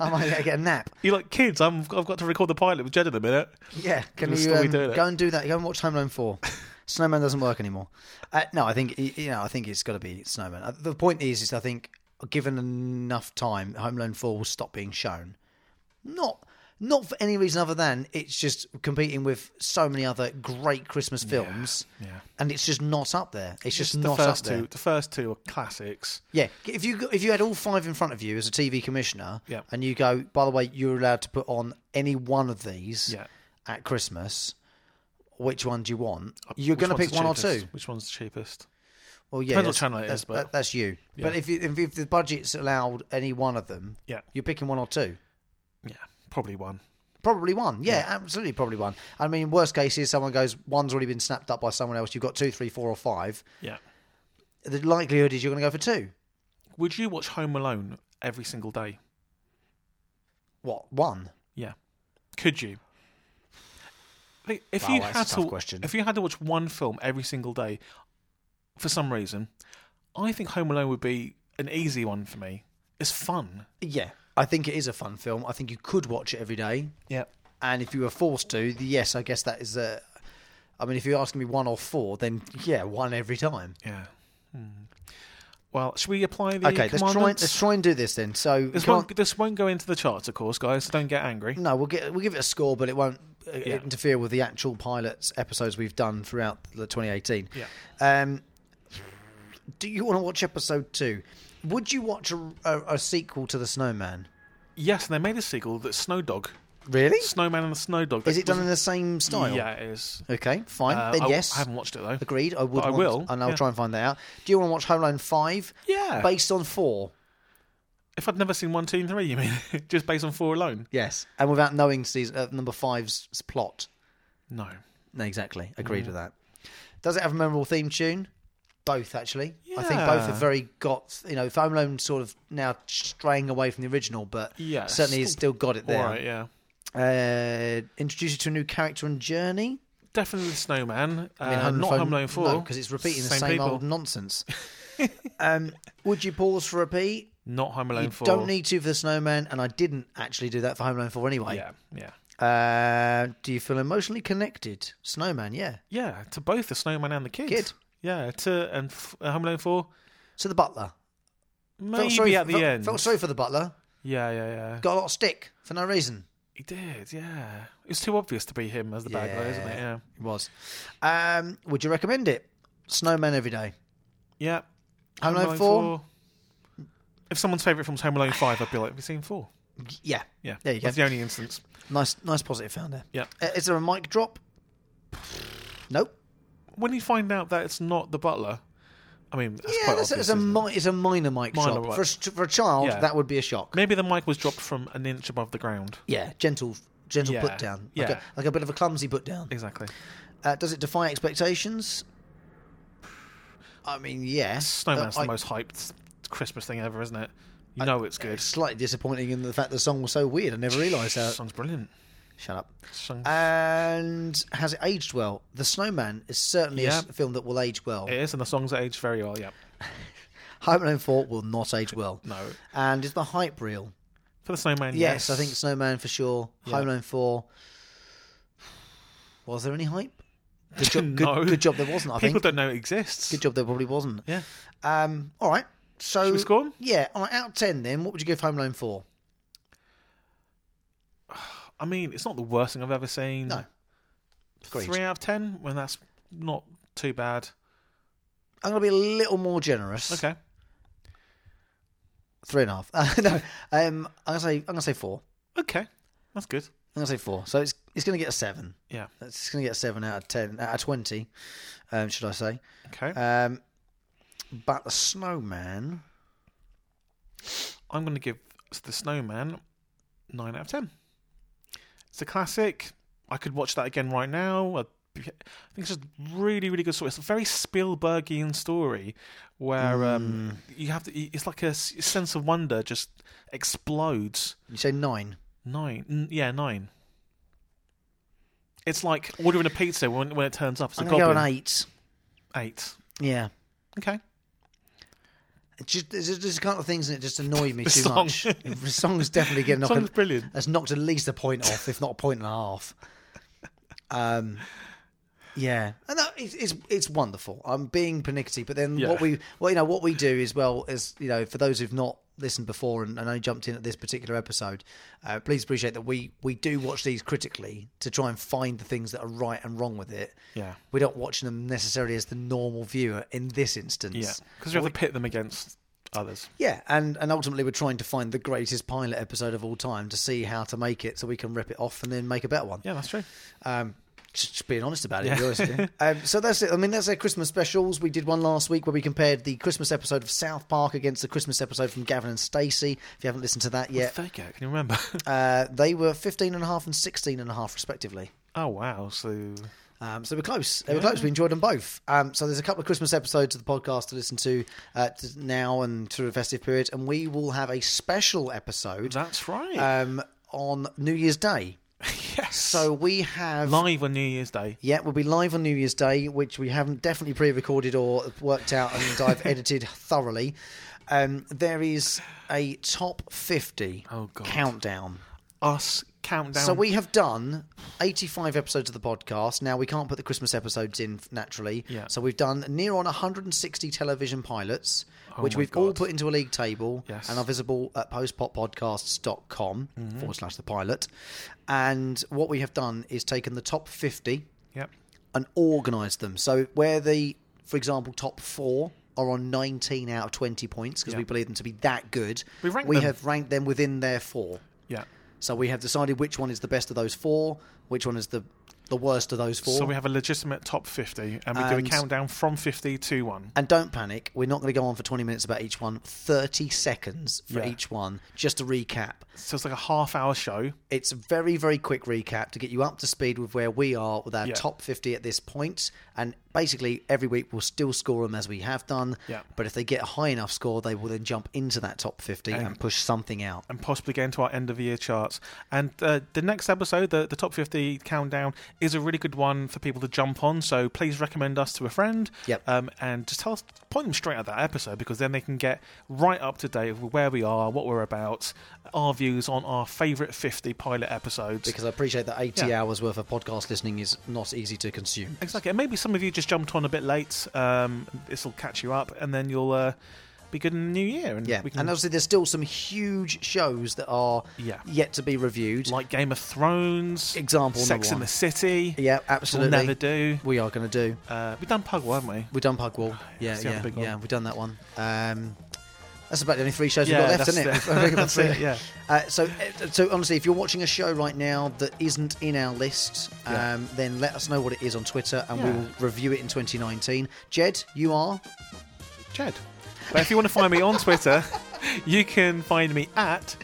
[SPEAKER 2] I might get- get a nap.
[SPEAKER 3] you're like, kids, I'm, I've got to record the pilot with Jed in a minute.
[SPEAKER 2] Yeah. Can
[SPEAKER 3] Let's
[SPEAKER 2] you
[SPEAKER 3] still be
[SPEAKER 2] um,
[SPEAKER 3] doing it.
[SPEAKER 2] go and do that? Go and watch Home Alone 4. Snowman doesn't work anymore. Uh, no, I think, y- you know, I think it's got to be Snowman. Uh, The point is, is I think given enough time, Home Alone 4 will stop being shown. Not. Not for any reason other than it's just competing with so many other great Christmas films,
[SPEAKER 3] yeah.
[SPEAKER 2] and it's just not up there. It's just
[SPEAKER 3] the
[SPEAKER 2] not
[SPEAKER 3] first
[SPEAKER 2] up there.
[SPEAKER 3] two. The first two are classics.
[SPEAKER 2] Yeah, if you go- if you had all five in front of you as a TV commissioner,
[SPEAKER 3] Yeah.
[SPEAKER 2] and you go, by the way, you're allowed to put on any one of these
[SPEAKER 3] Yeah.
[SPEAKER 2] at Christmas. Which one do you want? You're
[SPEAKER 3] Uh, Which
[SPEAKER 2] going to
[SPEAKER 3] one's
[SPEAKER 2] pick
[SPEAKER 3] the
[SPEAKER 2] one or two.
[SPEAKER 3] cheapest? Which one's the cheapest?
[SPEAKER 2] Well, yeah,
[SPEAKER 3] Depends what
[SPEAKER 2] that's-
[SPEAKER 3] channel it is,
[SPEAKER 2] that's,
[SPEAKER 3] but-
[SPEAKER 2] that- that's you. But
[SPEAKER 3] Yeah.
[SPEAKER 2] if, you, if if the budget's allowed any one of them,
[SPEAKER 3] Yeah.
[SPEAKER 2] you're picking one or two.
[SPEAKER 3] Yeah, probably one.
[SPEAKER 2] Probably one. Yeah, absolutely, probably one. I mean, worst case is someone goes, one's already been snapped up by someone else. You've got two, three, four, or five.
[SPEAKER 3] Yeah.
[SPEAKER 2] The likelihood is you're going to go for two.
[SPEAKER 3] Would you watch Home Alone every single day?
[SPEAKER 2] What one?
[SPEAKER 3] Yeah. Could you? I think If
[SPEAKER 2] Wow,
[SPEAKER 3] you
[SPEAKER 2] that's a
[SPEAKER 3] had
[SPEAKER 2] tough
[SPEAKER 3] to,
[SPEAKER 2] question.
[SPEAKER 3] if you had to watch one film every single day, for some reason, I think Home Alone would be an easy one for me. It's fun.
[SPEAKER 2] Yeah, I think it is a fun film. I think you could watch it every day,
[SPEAKER 3] Yeah.
[SPEAKER 2] and if you were forced to, the- yes, I guess that is a. I mean, if you're asking me one or four, then yeah, one every time.
[SPEAKER 3] Yeah. Hmm. Well, should we apply the
[SPEAKER 2] okay, let's try. and-
[SPEAKER 3] commandments?
[SPEAKER 2] Let's try and do this then. So
[SPEAKER 3] This
[SPEAKER 2] go
[SPEAKER 3] won't,
[SPEAKER 2] on-
[SPEAKER 3] this won't go into the charts, of course, guys. So don't get angry.
[SPEAKER 2] no, we'll get we'll give it a score, but it won't uh
[SPEAKER 3] Yeah.
[SPEAKER 2] interfere with the actual pilots episodes we've done throughout the 2018.
[SPEAKER 3] Yeah.
[SPEAKER 2] Um, do you want to watch episode two? Would you watch a, a, a sequel to the Snowman?
[SPEAKER 3] Yes, and they made a sequel that's Snow Dog,
[SPEAKER 2] Really?
[SPEAKER 3] Snowman and the Snow Dog.
[SPEAKER 2] Is
[SPEAKER 3] that
[SPEAKER 2] it done in
[SPEAKER 3] wasn't-
[SPEAKER 2] the same style?
[SPEAKER 3] Yeah, it is.
[SPEAKER 2] Okay, fine.
[SPEAKER 3] Uh,
[SPEAKER 2] then
[SPEAKER 3] I,
[SPEAKER 2] yes.
[SPEAKER 3] I haven't watched it though.
[SPEAKER 2] Agreed. I would.
[SPEAKER 3] But I
[SPEAKER 2] want-
[SPEAKER 3] will,
[SPEAKER 2] and I'll
[SPEAKER 3] yeah.
[SPEAKER 2] try and find that out. Do you want to watch Home Alone Five?
[SPEAKER 3] Yeah.
[SPEAKER 2] Based on four.
[SPEAKER 3] If I'd never seen one, two, and three, you mean just based on four alone?
[SPEAKER 2] Yes. And without knowing season uh, number five's plot.
[SPEAKER 3] No.
[SPEAKER 2] No, exactly. Agreed with that. Does it have a memorable theme tune? Both actually. I think both
[SPEAKER 3] Yeah.
[SPEAKER 2] have very got. You know, Home Alone sort of now straying away from the original, but
[SPEAKER 3] Yeah,
[SPEAKER 2] certainly has
[SPEAKER 3] still-
[SPEAKER 2] still got it there.
[SPEAKER 3] All right. Yeah.
[SPEAKER 2] Uh, introduce you to a new character and journey.
[SPEAKER 3] Definitely the Snowman. Uh, not Home Alone Four
[SPEAKER 2] because it's repeating the
[SPEAKER 3] Same
[SPEAKER 2] same
[SPEAKER 3] people.
[SPEAKER 2] old nonsense. um, would you pause for repeat?
[SPEAKER 3] Not Home Alone
[SPEAKER 2] You
[SPEAKER 3] Four.
[SPEAKER 2] don't need to for the snowman, and I didn't actually do that for Home Alone 4 anyway.
[SPEAKER 3] Yeah. Yeah.
[SPEAKER 2] Uh, do you feel emotionally connected? Snowman, yeah.
[SPEAKER 3] Yeah. To both the Snowman and the kid.
[SPEAKER 2] Kid.
[SPEAKER 3] Yeah. To and f- uh, Home Alone Four.
[SPEAKER 2] So the butler.
[SPEAKER 3] Maybe
[SPEAKER 2] sorry,
[SPEAKER 3] at the
[SPEAKER 2] felt,
[SPEAKER 3] end.
[SPEAKER 2] Felt sorry for the butler.
[SPEAKER 3] yeah. Yeah. Yeah.
[SPEAKER 2] Got a lot of stick for no reason.
[SPEAKER 3] He did. Yeah. It's too obvious to be him as the bad guy, isn't it? Yeah.
[SPEAKER 2] It was. Um, would you recommend it? Snowman every day.
[SPEAKER 3] Yeah.
[SPEAKER 2] Home Alone 4?
[SPEAKER 3] If someone's favourite film's Home Alone Five, I'd be like, "Have you seen four?
[SPEAKER 2] Yeah.
[SPEAKER 3] Yeah.
[SPEAKER 2] There you go.
[SPEAKER 3] That's the only instance.
[SPEAKER 2] Nice, nice positive found there.
[SPEAKER 3] Yeah.
[SPEAKER 2] Uh, is there a mic drop? Nope.
[SPEAKER 3] when you find out that it's not the butler, I mean, that's
[SPEAKER 2] yeah,
[SPEAKER 3] quite
[SPEAKER 2] that's, it's
[SPEAKER 3] obvious,
[SPEAKER 2] a
[SPEAKER 3] isn't it?
[SPEAKER 2] mi- it's a minor mic
[SPEAKER 3] Minor
[SPEAKER 2] drop.
[SPEAKER 3] mic.
[SPEAKER 2] For, a st- for a child,
[SPEAKER 3] Yeah.
[SPEAKER 2] that would be a shock.
[SPEAKER 3] Maybe the mic was dropped from an inch above the ground.
[SPEAKER 2] Yeah, gentle, gentle
[SPEAKER 3] Yeah.
[SPEAKER 2] put down. Like,
[SPEAKER 3] Yeah.
[SPEAKER 2] a, like a bit of a clumsy put down.
[SPEAKER 3] Exactly.
[SPEAKER 2] Uh, does it defy expectations? I mean, yes.
[SPEAKER 3] Snowman's
[SPEAKER 2] Uh, I-
[SPEAKER 3] the most hyped Christmas thing ever, isn't it? You know it's good.
[SPEAKER 2] It's slightly disappointing in the fact the song was so weird. I never realised
[SPEAKER 3] That
[SPEAKER 2] that.
[SPEAKER 3] song's brilliant.
[SPEAKER 2] Shut up.
[SPEAKER 3] Song-
[SPEAKER 2] uh, And has it aged well? The Snowman is certainly a
[SPEAKER 3] Yeah.
[SPEAKER 2] s- film that will age well.
[SPEAKER 3] it is, and the songs age very well. Yeah.
[SPEAKER 2] Home Alone 4 will not age well.
[SPEAKER 3] No.
[SPEAKER 2] And is the hype real?
[SPEAKER 3] For the Snowman,
[SPEAKER 2] Yes,
[SPEAKER 3] yes,
[SPEAKER 2] I think Snowman for sure. Home Alone 4. Was there any hype? Good job, good,
[SPEAKER 3] No.
[SPEAKER 2] good job there wasn't, I
[SPEAKER 3] people
[SPEAKER 2] think.
[SPEAKER 3] don't know it exists.
[SPEAKER 2] Good job there probably wasn't.
[SPEAKER 3] Yeah.
[SPEAKER 2] Um, all right. So
[SPEAKER 3] Should we score 'em?
[SPEAKER 2] Yeah. All right. Out of ten, then what would you give Home Alone for?
[SPEAKER 3] I mean, it's not the worst thing I've ever seen.
[SPEAKER 2] No. Agreed.
[SPEAKER 3] Three out of ten. When that's not too bad.
[SPEAKER 2] I'm going to be a little more generous.
[SPEAKER 3] Okay.
[SPEAKER 2] Three and a half. Uh, no. Um, I'm going to say I'm going to say four.
[SPEAKER 3] Okay. That's good.
[SPEAKER 2] I'm going to say four. So it's it's going to get a seven.
[SPEAKER 3] Yeah.
[SPEAKER 2] It's going to get a seven out of ten out of twenty. Um, should I say?
[SPEAKER 3] Okay.
[SPEAKER 2] Um, but the snowman.
[SPEAKER 3] I'm going to give The Snowman 9 out of 10. It's a classic. I could watch that again right now. I'd I think it's just really, really good story. It's a very Spielbergian story where um,
[SPEAKER 2] Hmm.
[SPEAKER 3] you have to. It's like a s- sense of wonder just explodes.
[SPEAKER 2] You say nine.
[SPEAKER 3] Nine, n- yeah, nine. It's like ordering a pizza when when it turns up. It's a
[SPEAKER 2] I'm gonna go
[SPEAKER 3] goblin.
[SPEAKER 2] on eight.
[SPEAKER 3] Eight.
[SPEAKER 2] Yeah.
[SPEAKER 3] Okay.
[SPEAKER 2] It's just there's just there's a kind of things that just annoy me
[SPEAKER 3] The
[SPEAKER 2] too
[SPEAKER 3] song.
[SPEAKER 2] much. The song's definitely getting knocked.
[SPEAKER 3] Sounds brilliant.
[SPEAKER 2] That's knocked at least a point off, if not a point and a half. Um, yeah, and that, it's, it's it's wonderful. I'm being pernickety, but then
[SPEAKER 3] Yeah.
[SPEAKER 2] what we well you know what we do is well as you know for those who've not listened before and, and only jumped in at this particular episode, uh, please appreciate that we we do watch these critically to try and find the things that are right and wrong with it.
[SPEAKER 3] Yeah.
[SPEAKER 2] We're not watching them necessarily as the normal viewer in this instance.
[SPEAKER 3] Yeah, because you have to pit them against others.
[SPEAKER 2] Yeah, and, and ultimately we're trying to find the greatest pilot episode of all time to see how to make it so we can rip it off and then make a better one.
[SPEAKER 3] Yeah, that's true.
[SPEAKER 2] Um, just, just being honest about it. to be honest with you. um, so that's it. I mean, that's our Christmas specials. We did one last week where we compared the Christmas episode of South Park against the Christmas episode from Gavin and Stacey. If you haven't listened to that
[SPEAKER 3] Yeah.
[SPEAKER 2] yet,
[SPEAKER 3] There you go. Can you remember?
[SPEAKER 2] uh, they were 15 and a half and 16 and a half respectively.
[SPEAKER 3] oh wow. So
[SPEAKER 2] Um, so we're close. They were close. We enjoyed them both. Um, so there's a couple of Christmas episodes of the podcast to listen to, uh, to now and through the festive period, and we will have a special episode
[SPEAKER 3] that's right.
[SPEAKER 2] um, on New Year's Day.
[SPEAKER 3] yes.
[SPEAKER 2] So we have.
[SPEAKER 3] live on New Year's Day.
[SPEAKER 2] yeah, we'll be live on New Year's Day, which we haven't definitely pre-recorded or worked out, and I've edited thoroughly. Um, there is a top fifty
[SPEAKER 3] Oh, God.
[SPEAKER 2] countdown.
[SPEAKER 3] Us countdown.
[SPEAKER 2] So we have done 85 episodes of the podcast. Now we can't put the Christmas episodes in naturally.
[SPEAKER 3] Yeah.
[SPEAKER 2] So we've done near on 160 television pilots, which
[SPEAKER 3] Oh my
[SPEAKER 2] we've all
[SPEAKER 3] God.
[SPEAKER 2] put into a league table
[SPEAKER 3] Yes. Mm-hmm.
[SPEAKER 2] and are visible at postpoppodcasts.com forward slash the pilot. And what we have done is taken the top 50
[SPEAKER 3] Yep.
[SPEAKER 2] and organised them. So where the, for example, top four are on 19 out of 20 points because
[SPEAKER 3] Yeah.
[SPEAKER 2] we believe them to be that good,
[SPEAKER 3] We rank
[SPEAKER 2] we
[SPEAKER 3] them.
[SPEAKER 2] have ranked them within their four.
[SPEAKER 3] Yeah.
[SPEAKER 2] So we have decided which one is the best of those four, which one is the the worst of those four.
[SPEAKER 3] So we have a legitimate top fifty, and we do
[SPEAKER 2] And-
[SPEAKER 3] a countdown from fifty to one.
[SPEAKER 2] and don't panic, we're not going to go on for 20 minutes about each one. 30 seconds for
[SPEAKER 3] Yeah.
[SPEAKER 2] each one, just to recap.
[SPEAKER 3] So it's like a half-hour show.
[SPEAKER 2] It's a very, very quick recap to get you up to speed with where we are with our
[SPEAKER 3] Yeah.
[SPEAKER 2] top 50 at this point. And basically, every week we'll still score them as we have done.
[SPEAKER 3] Yeah.
[SPEAKER 2] But if they get a high enough score, they will then jump into that top 50 and, push something out.
[SPEAKER 3] and possibly get into our end of year charts. And uh, the next episode, the, the top 50 countdown, is a really good one for people to jump on. So please recommend us to a friend.
[SPEAKER 2] Yep.
[SPEAKER 3] Um, and just tell us, point them straight at that episode because then they can get right up to date with where we are, what we're about, our views on our favourite 50 pilot episodes.
[SPEAKER 2] Because I appreciate that 80
[SPEAKER 3] Yeah.
[SPEAKER 2] hours worth of podcast listening is not easy to consume.
[SPEAKER 3] Exactly. And maybe some of you just jumped on a bit late. Um, this will catch you up and then you'll uh, be good in the new year. And
[SPEAKER 2] Yeah,
[SPEAKER 3] we can,
[SPEAKER 2] and obviously there's still some huge shows that are
[SPEAKER 3] Yeah.
[SPEAKER 2] yet to be reviewed.
[SPEAKER 3] like Game of Thrones,
[SPEAKER 2] Example number
[SPEAKER 3] Sex
[SPEAKER 2] one.
[SPEAKER 3] in the City.
[SPEAKER 2] yeah,
[SPEAKER 3] We'll
[SPEAKER 2] absolutely.
[SPEAKER 3] never do.
[SPEAKER 2] We are going to do.
[SPEAKER 3] Uh, we've done Pugwell, haven't we?
[SPEAKER 2] We've done Pugwall. Yeah,
[SPEAKER 3] That's the other
[SPEAKER 2] yeah,
[SPEAKER 3] big one.
[SPEAKER 2] yeah. We've done that one. Um, that's about the only three shows
[SPEAKER 3] Yeah,
[SPEAKER 2] we've got left,
[SPEAKER 3] that's
[SPEAKER 2] isn't it?
[SPEAKER 3] it.
[SPEAKER 2] I think
[SPEAKER 3] That's
[SPEAKER 2] that's
[SPEAKER 3] it, yeah.
[SPEAKER 2] Uh, so, uh, so honestly, if you're watching a show right now that isn't in our list, um,
[SPEAKER 3] Yeah.
[SPEAKER 2] then let us know what it is on Twitter, and we
[SPEAKER 3] Yeah.
[SPEAKER 2] will review it in 2019. Jed, you are
[SPEAKER 3] Jed. But if you want to find me on Twitter, you can find me at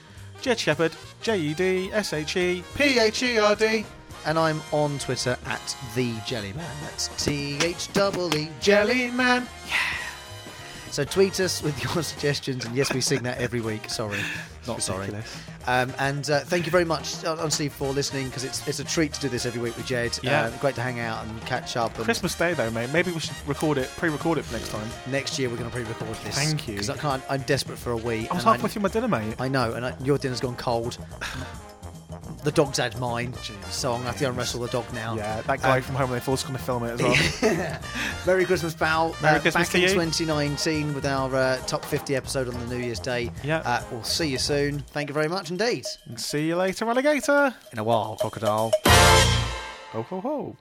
[SPEAKER 3] Jed Shepherd, J E D S H E P H E R D.
[SPEAKER 2] and I'm on Twitter at the Jellyman. That's T H E E
[SPEAKER 3] Jelly Man.
[SPEAKER 2] So tweet us with your suggestions, and yes, we sing that every week. Sorry, not sorry.
[SPEAKER 3] ridiculous.
[SPEAKER 2] Um, and uh, thank you very much, uh, honestly, for listening because it's it's a treat to do this every week with Jed.
[SPEAKER 3] Yeah.
[SPEAKER 2] Uh, great to hang out and catch up. And
[SPEAKER 3] Christmas Day, though, mate. Maybe we should record it, pre record it for next time.
[SPEAKER 2] next year we're going to pre-record this.
[SPEAKER 3] Thank you.
[SPEAKER 2] Because I can't. I'm desperate for a wee.
[SPEAKER 3] I was
[SPEAKER 2] and I-
[SPEAKER 3] halfway through my dinner, mate.
[SPEAKER 2] I know, and I, your dinner's gone cold. The dog's had mine, so I'm gonna have to go and wrestle the dog now.
[SPEAKER 3] Yeah, that guy from Home Alone 4 is going to film it as well.
[SPEAKER 2] Merry Christmas, pal. Uh,
[SPEAKER 3] Merry Christmas
[SPEAKER 2] back
[SPEAKER 3] to
[SPEAKER 2] in
[SPEAKER 3] you.
[SPEAKER 2] 2019 with our uh, top 50 episode on the New Year's Day.
[SPEAKER 3] Yeah.
[SPEAKER 2] Uh, we'll see you soon. Thank you very much indeed.
[SPEAKER 3] and see you later, alligator.
[SPEAKER 2] in a while, crocodile.
[SPEAKER 3] Ho, ho, ho.